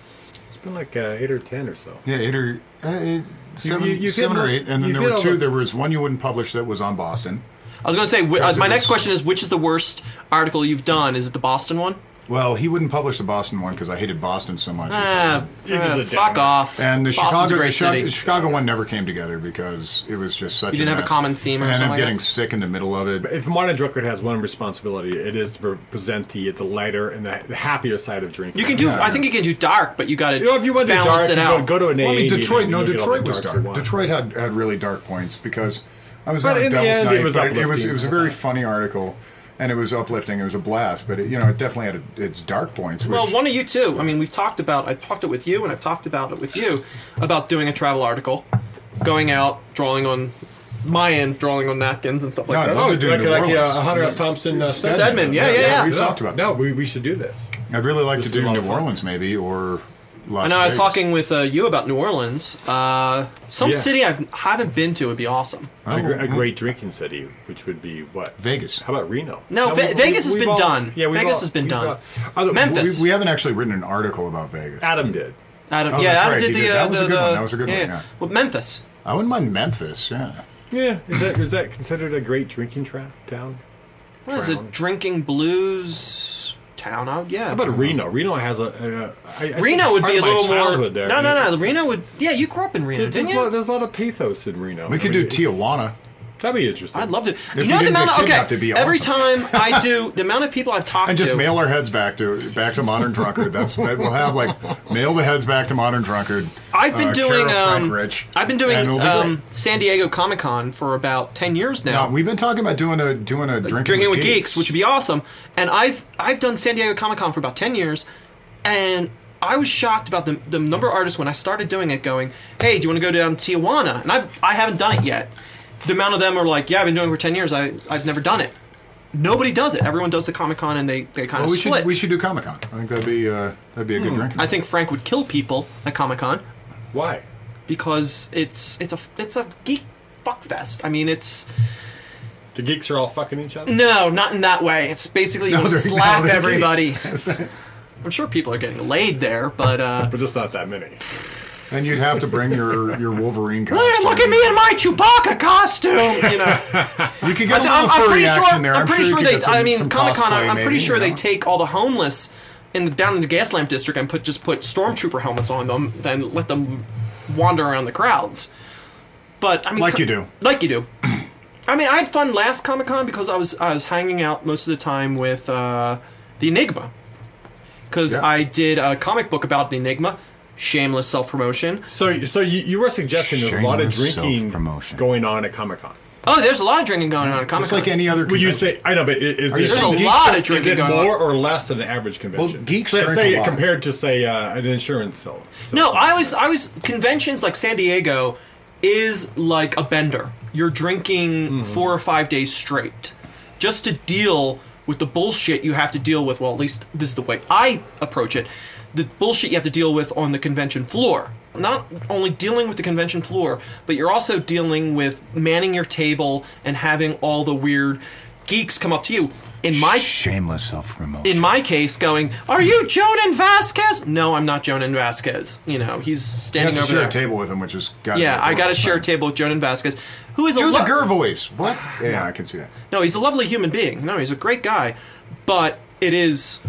It's been like uh, eight or ten or so. Yeah, eight or uh, eight, seven, you- you've seven hit or most- eight, and then you've there hit were all two. the- There was one you wouldn't publish that was on Boston. I was gonna say wh- uh, Because it my was- next question is which is the worst article you've done? Is it the Boston one? Well, he wouldn't publish the Boston one because I hated Boston so much. Ah, It was uh, a fuck downer. off. And the Boston's Chicago, a great the, Chi- city. the Chicago one never came together because it was just such. You didn't a have a mess. common theme or and I ended something up like getting that? sick in the middle of it. If modern drunkard has one responsibility, it is to pre- present the the lighter and the, the happier side of drinking. You can do. Yeah. I think you can do dark, but you got to You know, if you want to do balance dark, you it go, out. go to an Well, I AA mean, meeting Detroit. and No, you'll get all the Detroit was dark you dark. want. Detroit had, had really dark points because I was But on in the Devil's end, it Night. was but it was uplifting. it was a very funny article, and it was uplifting. It was a blast, but it, you know it definitely had a, its dark points. Which, Well, one of you too. I mean, we've talked about. I've talked it with you, and I've talked about it with you about doing a travel article, going out, drawing on my end, drawing on napkins and stuff like No, I'd that. Oh, love Oh, to do like, New like Orleans. uh, Hunter S. Thompson, uh, Stedman. Stedman, yeah, yeah, yeah. we've No, talked about. No, No, we, we should do this. I'd really like to Just do a lot New of fun. Orleans maybe or Las I know. I was Vegas. talking with uh, you about New Orleans. Uh, some Yeah. city I haven't been to would be awesome. a, gr- a great drinking city, which would be what Vegas. How about Reno? No, Ve- Vegas has we've been done. we've Vegas has been we've done. although- Memphis. We, we haven't actually written an article about Vegas. Adam did. Adam, Oh, yeah, that's Adam right, did he the. did. Uh, That was the, a good one, the- that was a good yeah, one, yeah. yeah. Well, Memphis. I wouldn't mind Memphis. Yeah. Yeah, is that is that considered a great drinking trap town? What is Brown. it? Drinking blues town out. Yeah. How about Reno? Reno has a. Uh, I, I Reno spent would part be a of my little more. childhood There. No, I no, mean, no. Reno would. Yeah, you grew up in Reno, there- There's, didn't a you? lot, there's a lot of pathos in Reno. We I could mean, do it- Tijuana. That'd be interesting. I'd love to. you you know the didn't get amount of okay. kidnapped, it'd be Every awesome. time I do the amount of people I've talked And just to. mail our heads back to back to Modern Drunkard. That's that we'll have like mail the heads back to Modern Drunkard. I've been uh, doing. Kara, um, Frank Rich. I've been doing and it'll be um, great. San Diego Comic Con for about ten years now. Uh, we've been talking about doing a doing a drinking, drinking with geeks. geeks, which would be awesome. And I've I've done San Diego Comic Con for about ten years, and I was shocked about the the number of artists when I started doing it. Going, hey, do you want to go down to Tijuana? And I've I haven't done it yet. The amount of them are like, yeah, I've been doing it for ten years. I I've never done it. Nobody does it. Everyone does the Comic Con, and they they kind Well, of we split. Hmm. should we should do Comic Con. I think that'd be uh, that'd be a good drinking. I think Frank would kill people at Comic Con Why? because it's it's a it's a geek fuck fest. I mean, it's The geeks are all fucking each other. no, not in that way. It's basically you want to they're- slap no, they're everybody. geeks. I'm sure people are getting laid there, but uh, But just not that many. and you'd have to bring your your Wolverine. Look, costume. look at me in my Chewbacca costume. You know, You could get a I'm, I'm little furry pretty sure. action I'm, there. pretty you sure could they. get some- I mean, some Comic Con. cosplay I'm pretty maybe, sure you they know. take all the homeless in the down in the gas lamp district and put just put stormtrooper helmets on them, then let them wander around the crowds. But I mean, Like co- you do. like you do. I mean, I had fun last Comic Con because I was I was hanging out most of the time with uh, the Enigma because Yeah. I did a comic book about the Enigma. Shameless self promotion. So, so you, you were suggesting there's a lot of Shameless drinking self-promotion. going on at Comic Con. Oh, there's a lot of drinking going on at Comic It's Con. like any other. Well, you convention. say I know, but i- is there- you There's So a geeks lot of don't- Is drinking it going more on. or less than an average convention? Well, geeks Let's drink say a lot. compared to say uh, an insurance seller. So- No, I was I was conventions like San Diego is like a bender. You're drinking four or five days straight just to deal with the bullshit you have to deal with. Well, at least this is the way I approach it. The bullshit you have to deal with on the convention floor. Not only dealing with the convention floor, but you're also dealing with manning your table and having all the weird geeks come up to you. In my shameless self-promotion. in my case, going, "Are you Jonan Vasquez?" No, I'm not Jonan Vasquez. You know, he's has standing to over share there. a table with him, which is Yeah, I got to share a table with Jonan Vasquez, who is a You're lo- the Gervois. What? Yeah, I can see that. no, he's a lovely human being. No, he's a great guy, but it is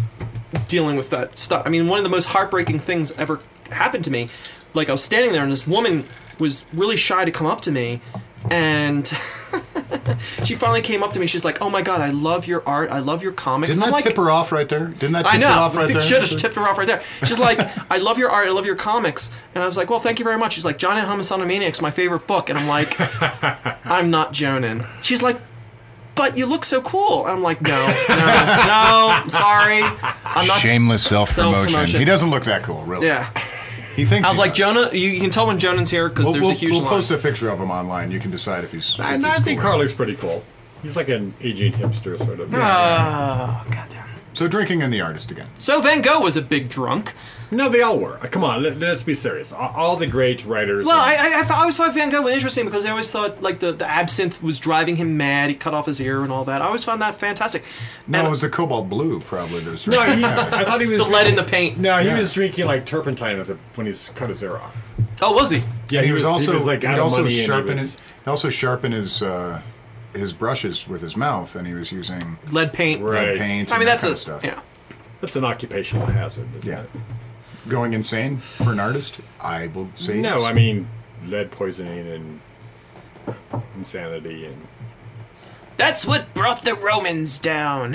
dealing with that stuff. I mean, one of the most heartbreaking things ever happened to me. Like I was standing there, and this woman was really shy to come up to me, and she finally came up to me. She's like, "Oh my god, I love your art. I love your comics." And Didn't that I'm like, tip her off right there? Didn't that tip I know. her off right there? Should have tipped her off right there. She's like, I love your art. I love your comics. And I was like, well, thank you very much. She's like, Jonan Homicidal Maniac's my favorite book. And I'm like, I'm not Jonan. She's like, but you look so cool. And I'm like, no, no, no, sorry. I'm not. Shameless self-promotion. Self-promotion. He doesn't look that cool, really. Yeah. He thinks. I was he like, does. Jonah, you, you can tell when Jonan's here because We'll, there's we'll, a huge we'll line. post a picture of him online. You can decide if he's. I, if I he's think cool or not. Carl looks pretty cool. He's like an aging hipster sort of. oh, goddamn. So drinking and the artist again. So Van Gogh was a big drunk. No, they all were. Uh, Come on, let, us be serious. All, all the great writers. Well, I, I, I f- I always thought Van Gogh was interesting because I always thought like the, the absinthe was driving him mad. He cut off his ear and all that. I always found that fantastic. No, And it was the cobalt blue probably. that was no, drinking. he, I thought he was the lead in the paint. No, he Yeah. was drinking like turpentine with the, when he cut his ear off. Oh, was he? Yeah, he, was, also like he'd out of also money and he sharpen was- his, he also sharpen his uh, his brushes with his mouth, and he was using Lead paint. Right. lead paint. I mean, and that's that a kind of stuff. yeah. That's an occupational hazard. isn't Yeah. it? Going insane for an artist, I will say No, yes. I mean lead poisoning and insanity and That's what brought the Romans down.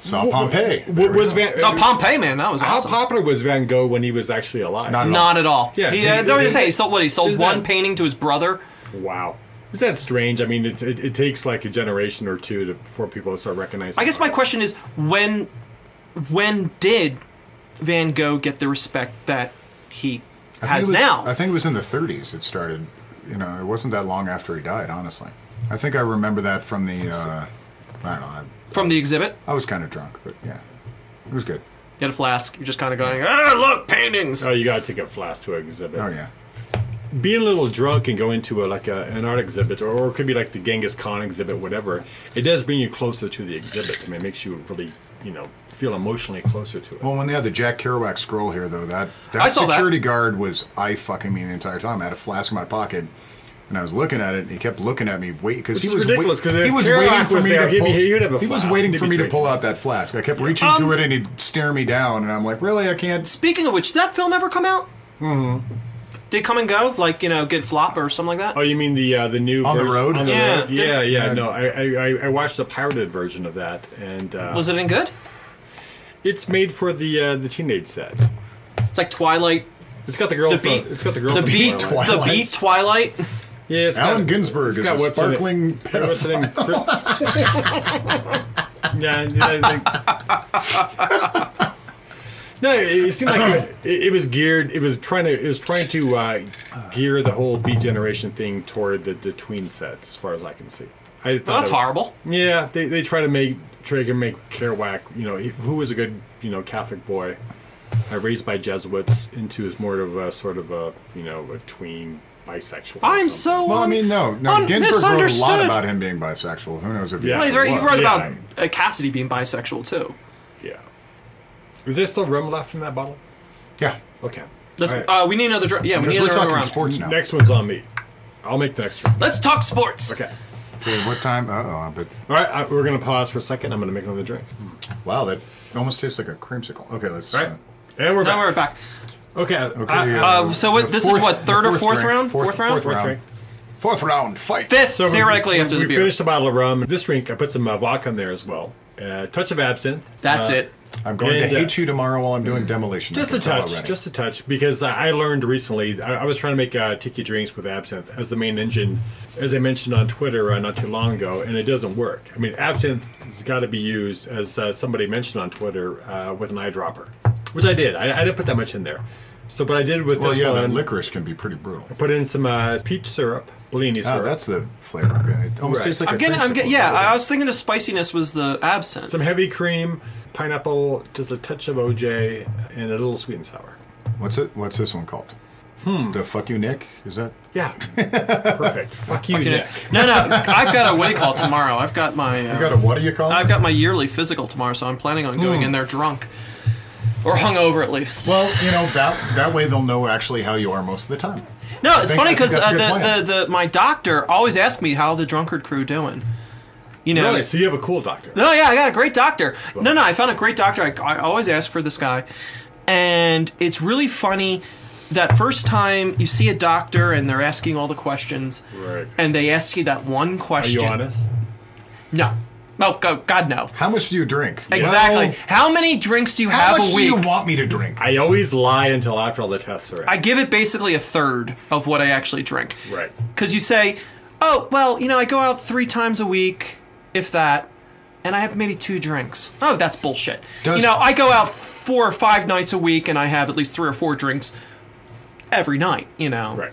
saw Pompeii. There What we was go. Van? oh, Pompeii, man, that was how awesome. popular was Van Gogh when he was actually alive? Not- Not at all. Yeah, He, see, uh, don't it you is- say he sold what? He sold is one that- painting to his brother. wow. Is that strange? I mean, it's, it, it takes like a generation or two to, before people start recognizing. Oh, I guess my question is when when did Van Gogh get the respect that he I think has it was- now? I think it was in the 30s it started. You know, it wasn't that long after he died. Honestly, I think I remember that from the. Uh, I don't know. I, From the exhibit, I was kind of drunk, but yeah, it was good. you had a flask. You're just kind of going, ah, look, paintings. Oh, you gotta take a flask to an exhibit. Oh yeah. being a little drunk and going to a, like a, an art exhibit, or, or it could be like the Genghis Khan exhibit, whatever. It does bring you closer to the exhibit. I mean, it makes you really, you know, feel emotionally closer to it. Well, when they had the Jack Kerouac scroll here, though, that that I saw that. security guard was eye fucking me the entire time. I had a flask in my pocket, and I was looking at it, and he kept looking at me, wait, because he Which was is ridiculous, 'cause wait- if he was Kerouac waiting for was me there, to he'd pull, be- he, he would have a was flask. waiting He'd for be Um, me to drinking. pull out that flask. I kept reaching to it, and he'd stare me down, and I'm like, really, I can't. Speaking of which, did that film ever come out? Mm-hmm. Did it come and go? Like you know, get flop or something like that? Oh, you mean the uh, the new On the vers- road? On the Yeah. road? yeah, yeah. Yeah. No, I, I I- I watched the pirated version of that, and uh, Was it in good? it's made for the uh, the teenage set. It's like Twilight. It's got the girl. The from, beat- it's got the girl. The from beat, Twilight. the beat, Twilight. Yeah, it's Allen got, Ginsberg it's is got a what's her name- sparkling What's her name? Chris- yeah, yeah, I think- No, it it seemed like it, it was geared. It was trying to. It was trying to uh, gear the whole beat generation thing toward the, the tween set, as far as I can see. I thought Oh, That's it- horrible. Yeah, they, they try to make try to make Kerouac. You know, he- who was a good you know Catholic boy, uh, raised by Jesuits, into is more of a sort of a you know a tween bisexual. or something. I'm so. Well, I un- mean, no, no. Un- Ginsburg wrote a lot misunderstood. about him being bisexual. Who knows if he Yeah. Well, he's actually right, he was. wrote Yeah. about uh, Cassidy being bisexual too. Yeah. Is there still rum left in that bottle? Yeah, Okay. Let's. All right. Uh, we need another. Dr- yeah, we because need we're another talking round. sports now. Next one's on me. I'll make the next one. Let's talk sports. Okay. Okay, what time? Uh oh, but All right, I, we're gonna pause for a second. I'm gonna make another drink. wow, that almost tastes like a creamsicle. Okay, let's. All right. uh, And we're Now back. we're back. okay. Okay. I- I- uh, so what- the this is what, the third or fourth drink- round? Fourth round? Fourth fourth round. drink. Fourth round. Fight. Fifth, So we- theoretically, we, after we the beer. finished the bottle of rum. This drink, I put some uh, vodka in there as well. Uh, touch of absinthe. That's Uh, it. I'm going And, to uh, hate you tomorrow while I'm doing demolition. I Just can a tell touch, already. just a touch, because I I learned recently. I, I was trying to make uh, tiki drinks with absinthe as the main engine, as I mentioned on Twitter uh, not too long ago, and it doesn't work. I mean, absinthe has got to be used, as uh, somebody mentioned on Twitter, uh, with an eyedropper, which I did. I, I didn't put that much in there. So, but I did with Well, this yeah, that one. licorice can be pretty brutal. put in some uh, peach syrup, Bellini Ah, syrup. that's the flavor I'm getting. It almost Right. tastes like I'm a getting. I'm creamsicle. getting. Yeah, I was thinking the spiciness was the absence. some heavy cream, pineapple, just a touch of OJ, and a little sweet and sour. What's it? What's this one called? Hmm. The fuck you, Nick. Is that? Yeah, perfect. Fuck you, You know- Nick. No, no. I've got a what do you call it tomorrow? I've got my. Uh, You got a what do you call it? I've got my yearly physical tomorrow, so I'm planning on going in there drunk, or hungover at least. Well, you know that that way they'll know actually how you are most of the time. no, it's think- funny I think because that's a uh, good plan. the, the the my doctor always asks me how the drunkard crew doing. You know, Really? So you have a cool doctor. No, yeah, I got a great doctor. No, no, I found a great doctor. I, I always ask for this guy. And it's really funny that first time you see a doctor and they're asking all the questions. Right. And they ask you that one Are you question. honest? No. No, go- God, no. How much do you drink? Exactly. Well, How many drinks do you how have much a do week? you want me to drink? I always lie until after all the tests are in. I give it basically a third of what I actually drink. right. Because you say, oh, well, you know, I go out three times a week, if that, and I have maybe two drinks. Oh, that's bullshit. Does- you know, I go out four or five nights a week and I have at least three or four drinks every night, you know? Right.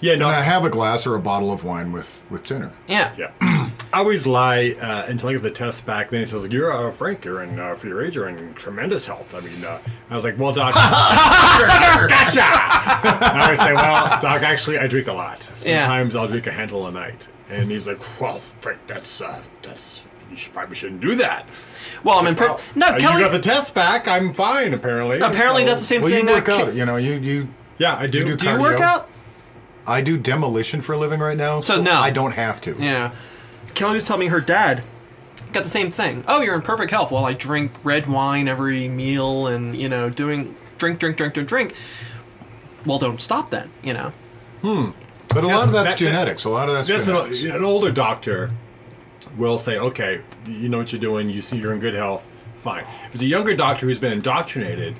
Yeah, no. And I have a glass or a bottle of wine with with dinner. Yeah. yeah. I always lie uh, until I get the test back. Then he says, "You're uh, Frank. You're in uh, for your age. You're in tremendous health." I mean, uh, I was like, "Well, doc, sucker, gotcha." and I always say, "Well, doc, actually, I drink a lot. Yeah. Sometimes I'll drink a handle a night." And he's like, "Well, Frank, that's uh, that's you should, probably shouldn't do that." Well, I mean, per- no, Uh, Kelly. you got the test back. I'm fine, apparently. apparently, So- that's the same Well, thing. you that work Ke- out. You know, you you. Yeah, I do. You do Do you cardio. work out? I do demolition for a living right now, so, no. I don't have to. Yeah. Kelly was telling me her dad got the same thing. Oh, you're in perfect health. Well, I drink red wine every meal and, you know, doing drink, drink, drink, drink, drink. Well, don't stop then, you know. But a lot That- of that's that- genetics. A lot of that's, That's an, genetics. an older doctor will say, okay, you know what you're doing. You see you're in good health. Fine. If it's a younger doctor who's been indoctrinated,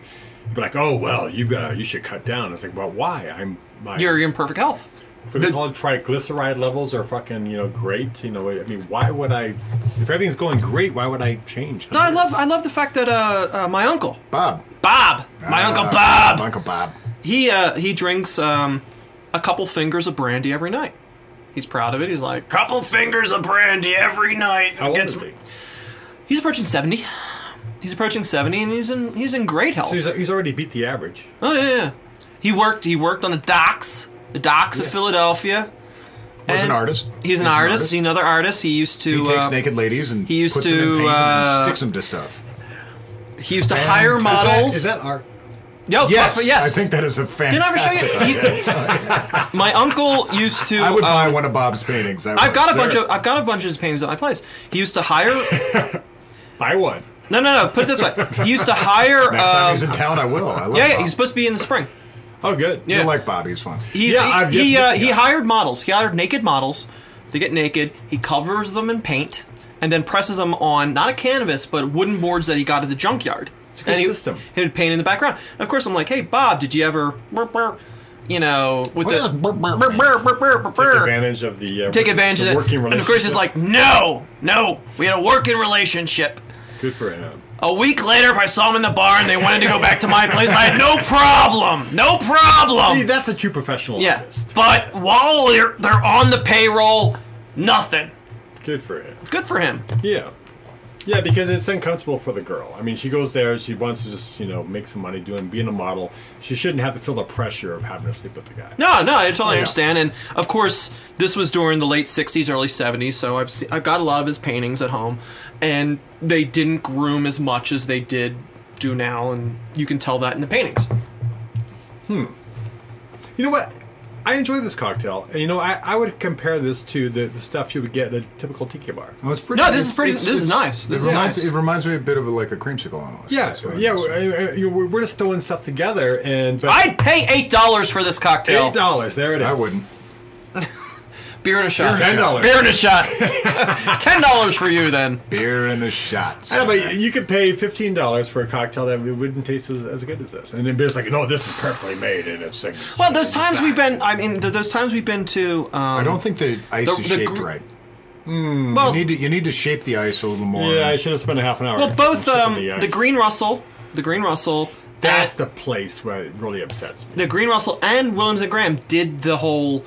you'd be like, oh well, you gotta, you should cut down. It's like, well, why? I'm my You're in perfect health. for the called triglyceride levels are fucking you know great. You know, I mean, why would I? If everything's going great, why would I change? No, I love I love the fact that uh, uh my uncle, Bob. Bob, my Ah, uncle Bob, My Uncle Bob. he uh he drinks um a couple fingers of brandy every night. He's proud of it. He's like, couple fingers of brandy every night. How old Gets- is he? He's approaching 70. He's approaching 70 and he's in he's in great health. So he's, he's already beat the average. Oh yeah, yeah. He worked. He worked on the docks, the docks of Philadelphia. Was And an artist. He's an artist. He's another artist. He used to. He takes uh, naked ladies and he used puts them to, in paint uh, Oh, and sticks them to stuff. He used to hire models. Is that art? No, but- Yes, but yes. I think that is a Did I ever show fantastic. you? He, my uncle used to. I would uh, buy one of Bob's paintings. I I've would. got a bunch Sure. of. I've got a bunch of his paintings at my place. He used to hire. Buy one. no, no, no. Put it this way. He used to hire. Next time um, he's in town, I will. I love yeah, yeah. Bob. He's supposed to be in the spring. Oh, good. yeah. I like Bob. He's fun. He's, Yeah, he, I've he, yet- uh, he yeah. hired models. He hired naked models to get naked. He covers them in paint and then presses them on not a canvas but wooden boards that he got at the junkyard. It's a good and he, system. He would paint in the background. And of course, I'm like, hey Bob, did you ever, burp, burp," you know, with the burp, burp, burp, burp, burp, Take burp, advantage of the uh, take advantage the of it? working And of course, he's relationship. like, no, no, we had a working relationship. good for him. A week later, if I saw him in the bar and they wanted to go back to my place, I had no problem, no problem. See, that's a true professional Um, Yeah, artist. but while they're they're on the payroll, nothing. Good for him. Good for him. Yeah. Yeah, because it's uncomfortable for the girl. I mean, she goes there, she wants to just, you know, make some money doing being a model. She shouldn't have to feel the pressure of having to sleep with the guy. No, no, I totally understand. And of course, this was during the late '60s, early '70s, so I've se- I've got a lot of his paintings at home, and they didn't groom as much as they did do now, and you can tell that in the paintings. You know what? I enjoy this cocktail. And, you know, I, I would compare this to the, the stuff you would get at a typical tiki bar. Well, it's pretty, No, this is pretty. it's- This is it's- nice. This it is reminds, nice. It reminds me a bit of like a creamsicle almost. Yeah, That's what it yeah, is. we're, you know, we're- we're just throwing stuff together and but I'd pay eight dollars for this cocktail. eight dollars. There it is. I wouldn't. Beer and a shot. Ten dollars. Beer and a shot. Ten dollars for you then. Beer and a shot. I know, but you could pay fifteen dollars for a cocktail that wouldn't taste as, as good as this, and then be like, "No, this is perfectly made," and it's like, Well, those times we've been. I mean, th- those times we've been to. Um, I don't think the ice The- is the shaped gr- right. well, You need to you need to shape the ice a little more. Yeah, I should have spent a half an hour. Well, both on um, chipping the, ice. Green Russell, the Green Russell, That's and- the place where it really upsets me. the Green Russell and Williams and Graham did the whole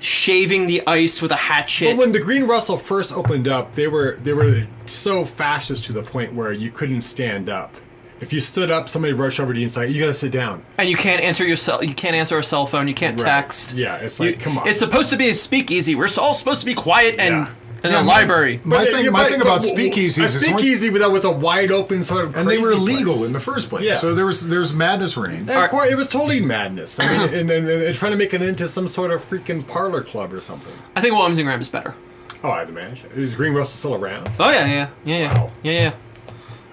shaving the ice with a hatchet. But when the Green Russell first opened up, they were they were so fascist to the point where you couldn't stand up. If you stood up, somebody rushed over to you and said, "You gotta sit down." and you can't answer your cell, you can't answer a cell phone, you can't Right. text. Yeah, it's You- like, come on. It's supposed to be a speakeasy. We're all supposed to be quiet and Yeah. in Yeah, a my- library. my But- thing- yeah, my but- thing but- about but- speakeasies a is when- speakeasy that was a wide open sort of, and they were crazy legal place. in the first place. Yeah. So there was there's madness reign. And of course, it was totally madness. I mean, and, and, and, and trying to make it into some sort of freaking parlor club or something. I think Williams and Graham is better. Oh, I'd imagine. Is Green Russell still around? Oh yeah, yeah, yeah, yeah, Wow. yeah, yeah.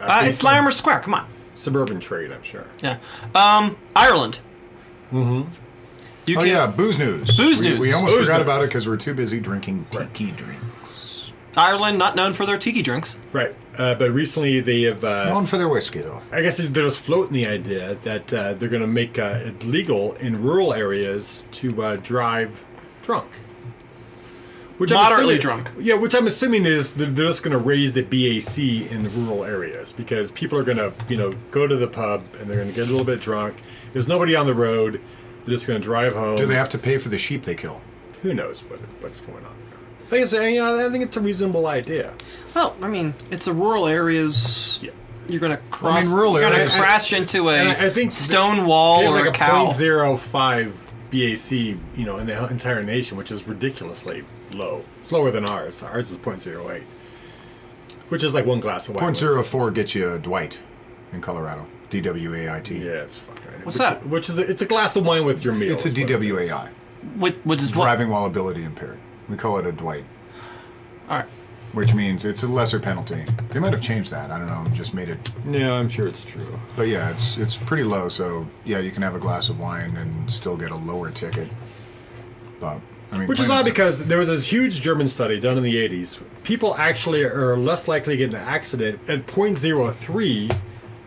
Uh, That's it's some Larimer Square. Come on. Suburban trade, I'm sure. Yeah. Um, Ireland. Mm-hmm. You Oh can, yeah, booze news. Booze we, news. We almost Booze forgot news. about it because we're too busy drinking tiki drinks. Ireland, not known for their tiki drinks. Right. Uh, but recently they have. Uh, Known for their whiskey though. I guess they're just floating the idea that uh, they're going to make uh, it legal in rural areas to uh, drive drunk. Which I'm Moderately assuming- drunk. Yeah, which I'm assuming is they're they're just going to raise the BAC in the rural areas because people are going to, you know, go to the pub and they're going to get a little bit drunk. There's nobody on the road. They're just going to drive home. Do they have to pay for the sheep they kill? Who knows what, what's going on? I think it's you know I think it's a reasonable idea. Well, Oh, I mean, it's a rural areas. Yeah. You're gonna cross. rural you're gonna areas- crash into a And I- I think stone They wall have or like a, cow. zero five BAC, you know, in the entire nation, which is ridiculously low. It's lower than ours. Ours is 0.08, which is like one glass of wine. Point zero four gets you a Dwight in Colorado. D W A I T. Yeah, it's fucking. What's which is- that? which is a, it's a glass of wine with your meal. It's a is what it is. DWAI. What, what is what? Driving while ability impaired. We call it a Dwight, All right. which means it's a lesser penalty. They might have changed that. I don't know. Just made it. Yeah, I'm sure it's true. But yeah, it's it's pretty low. So yeah, you can have a glass of wine and still get a lower ticket. But I mean, Which is plain- odd because there was this huge German study done in the 80s. People actually are less likely to get in an accident at 0.03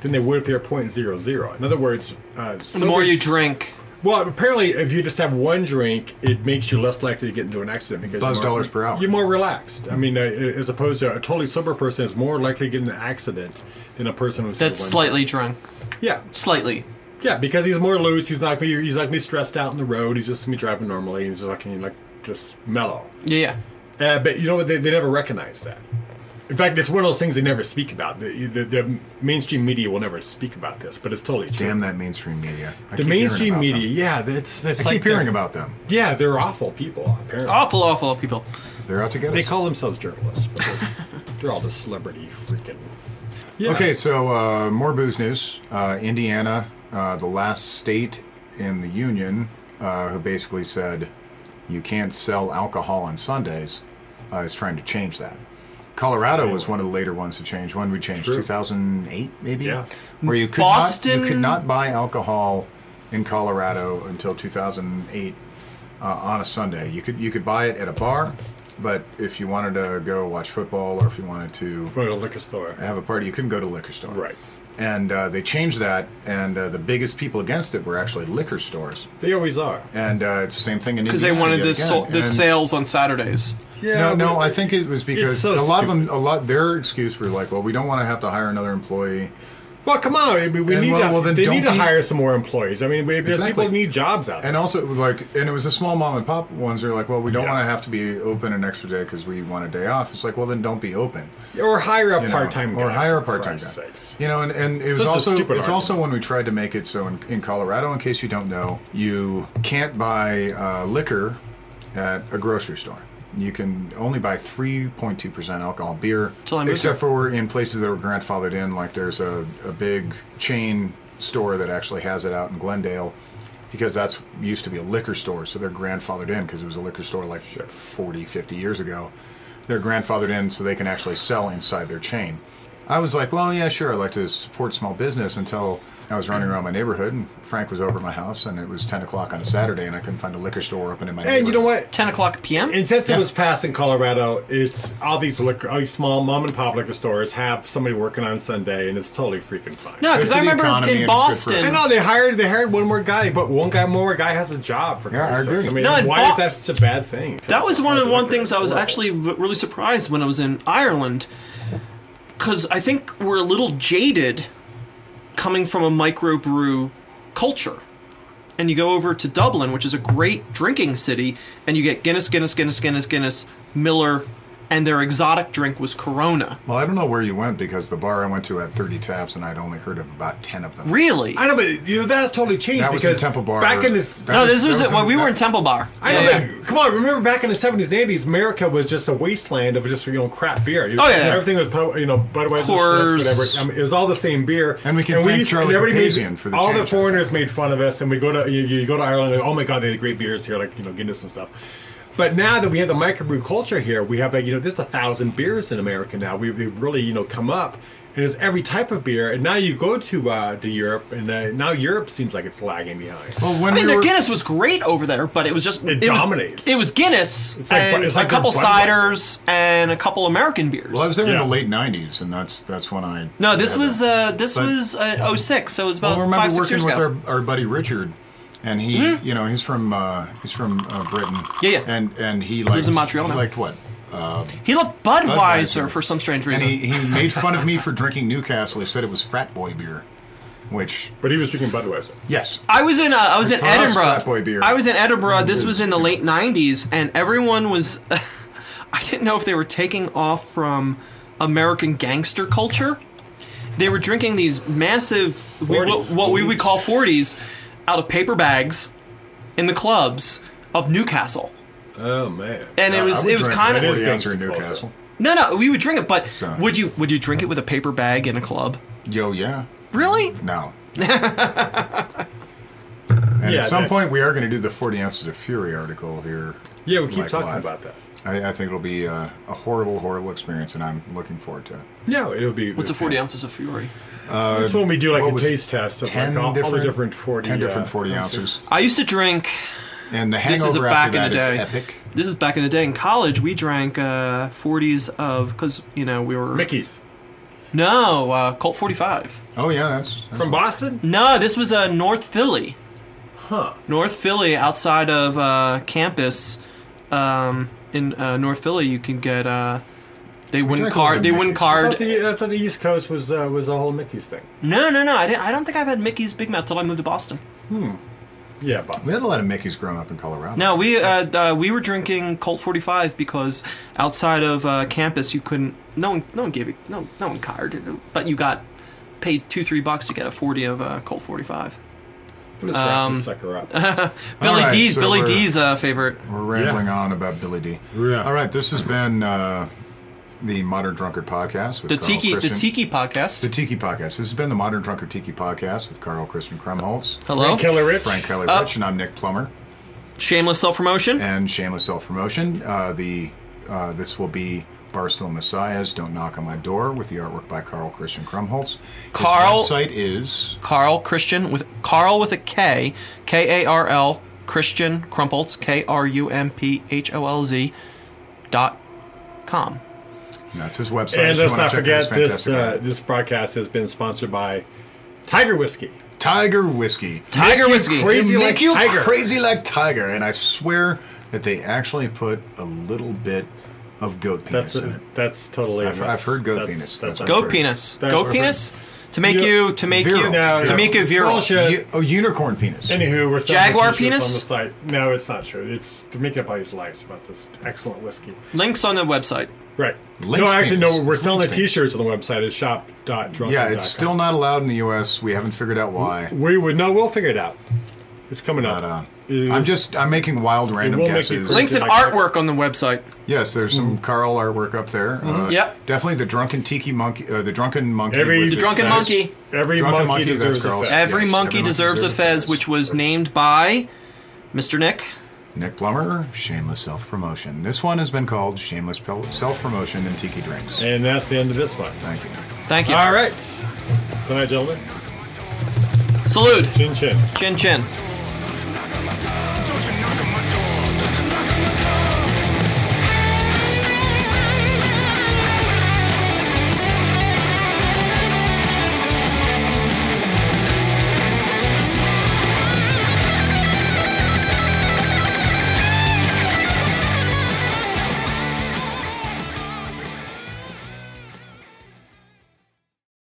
than they would if they were 0.00. In other words, uh, The more you drink, Well, apparently, if you just have one drink, it makes you less likely to get into an accident because Buzz you're dollars per hour. You're more relaxed. I mean, uh, as opposed to a totally sober person is more likely to get in an accident than a person who's had that's one- slightly drunk. Yeah, Slightly. yeah, because he's more loose. He's not gonna be. He's not gonna be stressed out on the road. He's just gonna be driving normally. He's like, like just mellow. Yeah. yeah. Uh, but you know what? They, they never recognize that. In fact, it's one of those things they never speak about. The, the, the mainstream media will never speak about this, but it's totally true. damn that mainstream media. I the keep hearing mainstream about media, them. yeah, that's, that's I like keep hearing the- about them. Yeah, they're awful people. Apparently, Oh. Awful, awful people. They're out to get they us. call themselves journalists. But they're, they're all just celebrity freaking. Yeah. Okay, so uh, more booze news. Uh, Indiana, uh, the last state in the union, uh, who basically said you can't sell alcohol on Sundays, uh, is trying to change that. Colorado was one of the later ones to change. When we changed, True. 2008 maybe, Yeah. where you could not Boston- you could not buy alcohol in Colorado until 2008 uh, on a Sunday. You could you could buy it at a bar, but if you wanted to go watch football or if you wanted to From a liquor store. have a party, you couldn't go to a liquor store. Right. And uh, they changed that, and uh, the biggest people against it were actually liquor stores. They always are. And uh, it's the same thing in Because they wanted this. this sol- the sales on Saturdays. Yeah. no, no, but- I think it was because so a lot of stupid. them, a lot their excuse were like, well, we don't want to have to hire another employee. Well, come on. I mean, we And need well- to, well, then they don't need to be- hire some more employees. I mean, we- there's people Exactly. who need jobs out there. And also, like, and it was the small mom and pop ones. They're like, well, we don't Yeah. want to have to be open an extra day because we want a day off. It's like, well, then don't be open. Or hire a you know, part-time guy. or hire a for part-time guy. Christ's sakes. You know, and, and it was Such a also it's stupid argument. also when we tried to make it so in, in Colorado, in case you don't know, you can't buy uh, liquor at a grocery store. You can only buy 3.2% alcohol beer, Till I moved except for in places that were grandfathered in. Like there's a, a big chain store that actually has it out in Glendale because that's used to be a liquor store. So they're grandfathered in because it was a liquor store like Sure. 40, 50 years ago. They're grandfathered in so they can actually sell inside their chain. I was like, well, yeah, sure, I'd like to support small business until I was running around my neighborhood and Frank was over at my house and it was 10 o'clock on a Saturday and I couldn't find a liquor store open in my And you know neighborhood. what? 10 o'clock p.m. And since it was passed in Colorado, it's all these liquor, all these small mom and pop liquor stores have somebody working on Sunday, and it's totally freaking fine. no, good because for I the remember economy and in it's good for Boston. I know they hired they hired one more guy, but one guy more guy has a job for Yeah, I Christ's sakes. agree. I mean, No, and why Bo- is that such a bad thing? That was one of the one things I was Horrible. actually w- really surprised when I was in Ireland, because I think we're a little jaded, coming from a microbrew culture, and you go over to Dublin, which is a great drinking city, and you get Guinness, Guinness, Guinness, Guinness, Guinness, Miller, and their exotic drink was Corona. Well, I don't know where you went because the bar I went to had 30 taps and I'd only heard of about 10 of them. Really? I know, but you know that has totally changed That was in because Temple Bar. back in this. That no, this That was, was when we in- were in Temple Bar. I know, Yeah. but come on, remember back in the seventies and eighties, America was just a wasteland of just you know crap beer. It was- Oh, yeah. everything was po- you know Budweiser, Coors. Schlitz, whatever. I mean, it was all the same beer. And we can thank used- Charlie everybody Papazian made, for the all the change. foreigners made fun of us, and we go to you, you go to Ireland. And, oh my God, they had great beers here, like you know Guinness and stuff. But now that we have the microbrew culture here, we have like you know there's a thousand beers in America now. We, we've really you know come up. And there's every type of beer, and now you go to uh, to Europe, and uh, now Europe seems like it's lagging behind. Well, when I mean, we their were, Guinness was great over there, but it was just It was- dominates. it was Guinness It's like- and it's like a couple their ciders and a couple American beers. well, I was there in Yeah. the late 90s and that's that's when I. no, this had was that. uh, this But- was uh, 06, so it was I about remember five six working years with ago. Hmm? our, our buddy Richard, and he, you know, he's from uh, he's from uh, Britain. Yeah, yeah. And and he liked, in Montreal He now. liked what? he loved Budweiser, Budweiser. for some strange And reason. he, he made fun of me for drinking Newcastle. He said it was frat boy beer, which but he was drinking Budweiser. yes, I was in uh, I was in For us, Edinburgh. Frat Boy beer. I was in Edinburgh. This was in the late '90s, and everyone was. I didn't know if they were taking off from American gangster culture. They were drinking these massive, we, what, 40s. what we would call 40s, out of paper bags in the clubs of Newcastle. Oh man. And it was it was kind of It is the answer in gangster culture. Newcastle. no no we would drink it but So- would you would you drink it with a paper bag in a club Yo, yeah, really no. and Yeah, at some that- point, we are going to do the 40 ounces of fury article here. Yeah, we keep like, talking live. about that. I, I think it'll be uh, a horrible, horrible experience, and I'm looking forward to it. No, it'll be. what's a 40 ounces of fury That's when we do like what a was taste test of like all, all the different forty. ten uh, different 40 ounces. I used to drink And the this is hangover back after in the that is day epic. this is back in the day in college we drank uh 40s of because you know we were Mickey's no uh colt 45 Oh, yeah, that's, that's from Boston. no this was uh north philly huh north philly outside of uh campus um in uh, north philly you can get uh they wouldn't drank a lot card of they wouldn't Mickey's. I card thought, the, I thought the East Coast was uh, was the whole Mickey's thing. No, no, no. I, didn't, I don't think I've had Mickey's Big Mouth till I moved to Boston. Yeah, Boston. We had a lot of Mickey's growing up in Colorado. No, we uh, uh, we were drinking Colt 45 because outside of uh, campus you couldn't. No one, no one gave it. No, no one carded. But you got paid two, three bucks to get a 40 of uh, Colt 45. Let's wrap Um, this sucker up. Billy right, D's so Billy we're- D's uh, favorite. We're rambling on about Billy D. Yeah. All right, this has been uh, the Modern Drunkard Podcast with The Carl Tiki Christian. the Tiki podcast. The Tiki Podcast. This has been the Modern Drunkard Tiki Podcast with Carl Christian Kremholtz, Hello. Killer Rich. Frank uh, Kelly Rich, and I'm Nick Plummer. Shameless self promotion. And Shameless Self Promotion. Uh, the uh, This will be Barstool Messiahs, Don't Knock on My Door with the artwork by Carl Christian Kremholtz. Carl- His website is Carl Christian with Carl with a K, K A R L Christian Crumpolz K R U M P H O L Z dot com. that's his website. And If you let's wanna not check out his forget this fantastic uh, art. this broadcast has been sponsored by Tiger Whiskey. Tiger Whiskey. Tiger whiskey. Crazy They like make you Tiger. crazy like tiger, and I swear that they actually put a little bit of goat penis That's in it. that's totally. I've- I've heard goat that's- penis. That's, That's that's what- Goat Sure. penis. That's Goat perfect. penis. To make Yeah. you to make Virile. you No, to no. make you virile. Bullshit. You- oh, unicorn penis. Anywho, we're selling Jaguar t-shirts penis? on the site. No, it's not true. It's to make up all these lies about this excellent whiskey. Links on the website. Right. Lynx no, actually, penis. no. We're It's selling the lynx penis. T-shirts on the website at shop.drunk. yeah, it's still not allowed in the U.S. We haven't figured out why. We would no. We'll figure it out. It's coming But, up. uh, It I'm is- just I'm making wild random will make you guesses. crazy. Links and like that. artwork on the website. Yes, there's some Carl artwork up there. Uh, Mm. Mm-hmm. Yep. Definitely the drunken tiki monkey. Uh, the drunken monkey. Every- with The The Drunken Fez. Monkey. every Drunken monkey, monkey, that's deserves a girls. fest. Every Yes, monkey everyone deserves a deserves a fez, fez. which was named by Mr. Nick. Nick Plummer, shameless self promotion. This one has been called shameless self promotion and tiki drinks. And that's the end of this one. Thank you. Thank you. All right. Good night, gentlemen. Salute. Chin chin. Chin chin.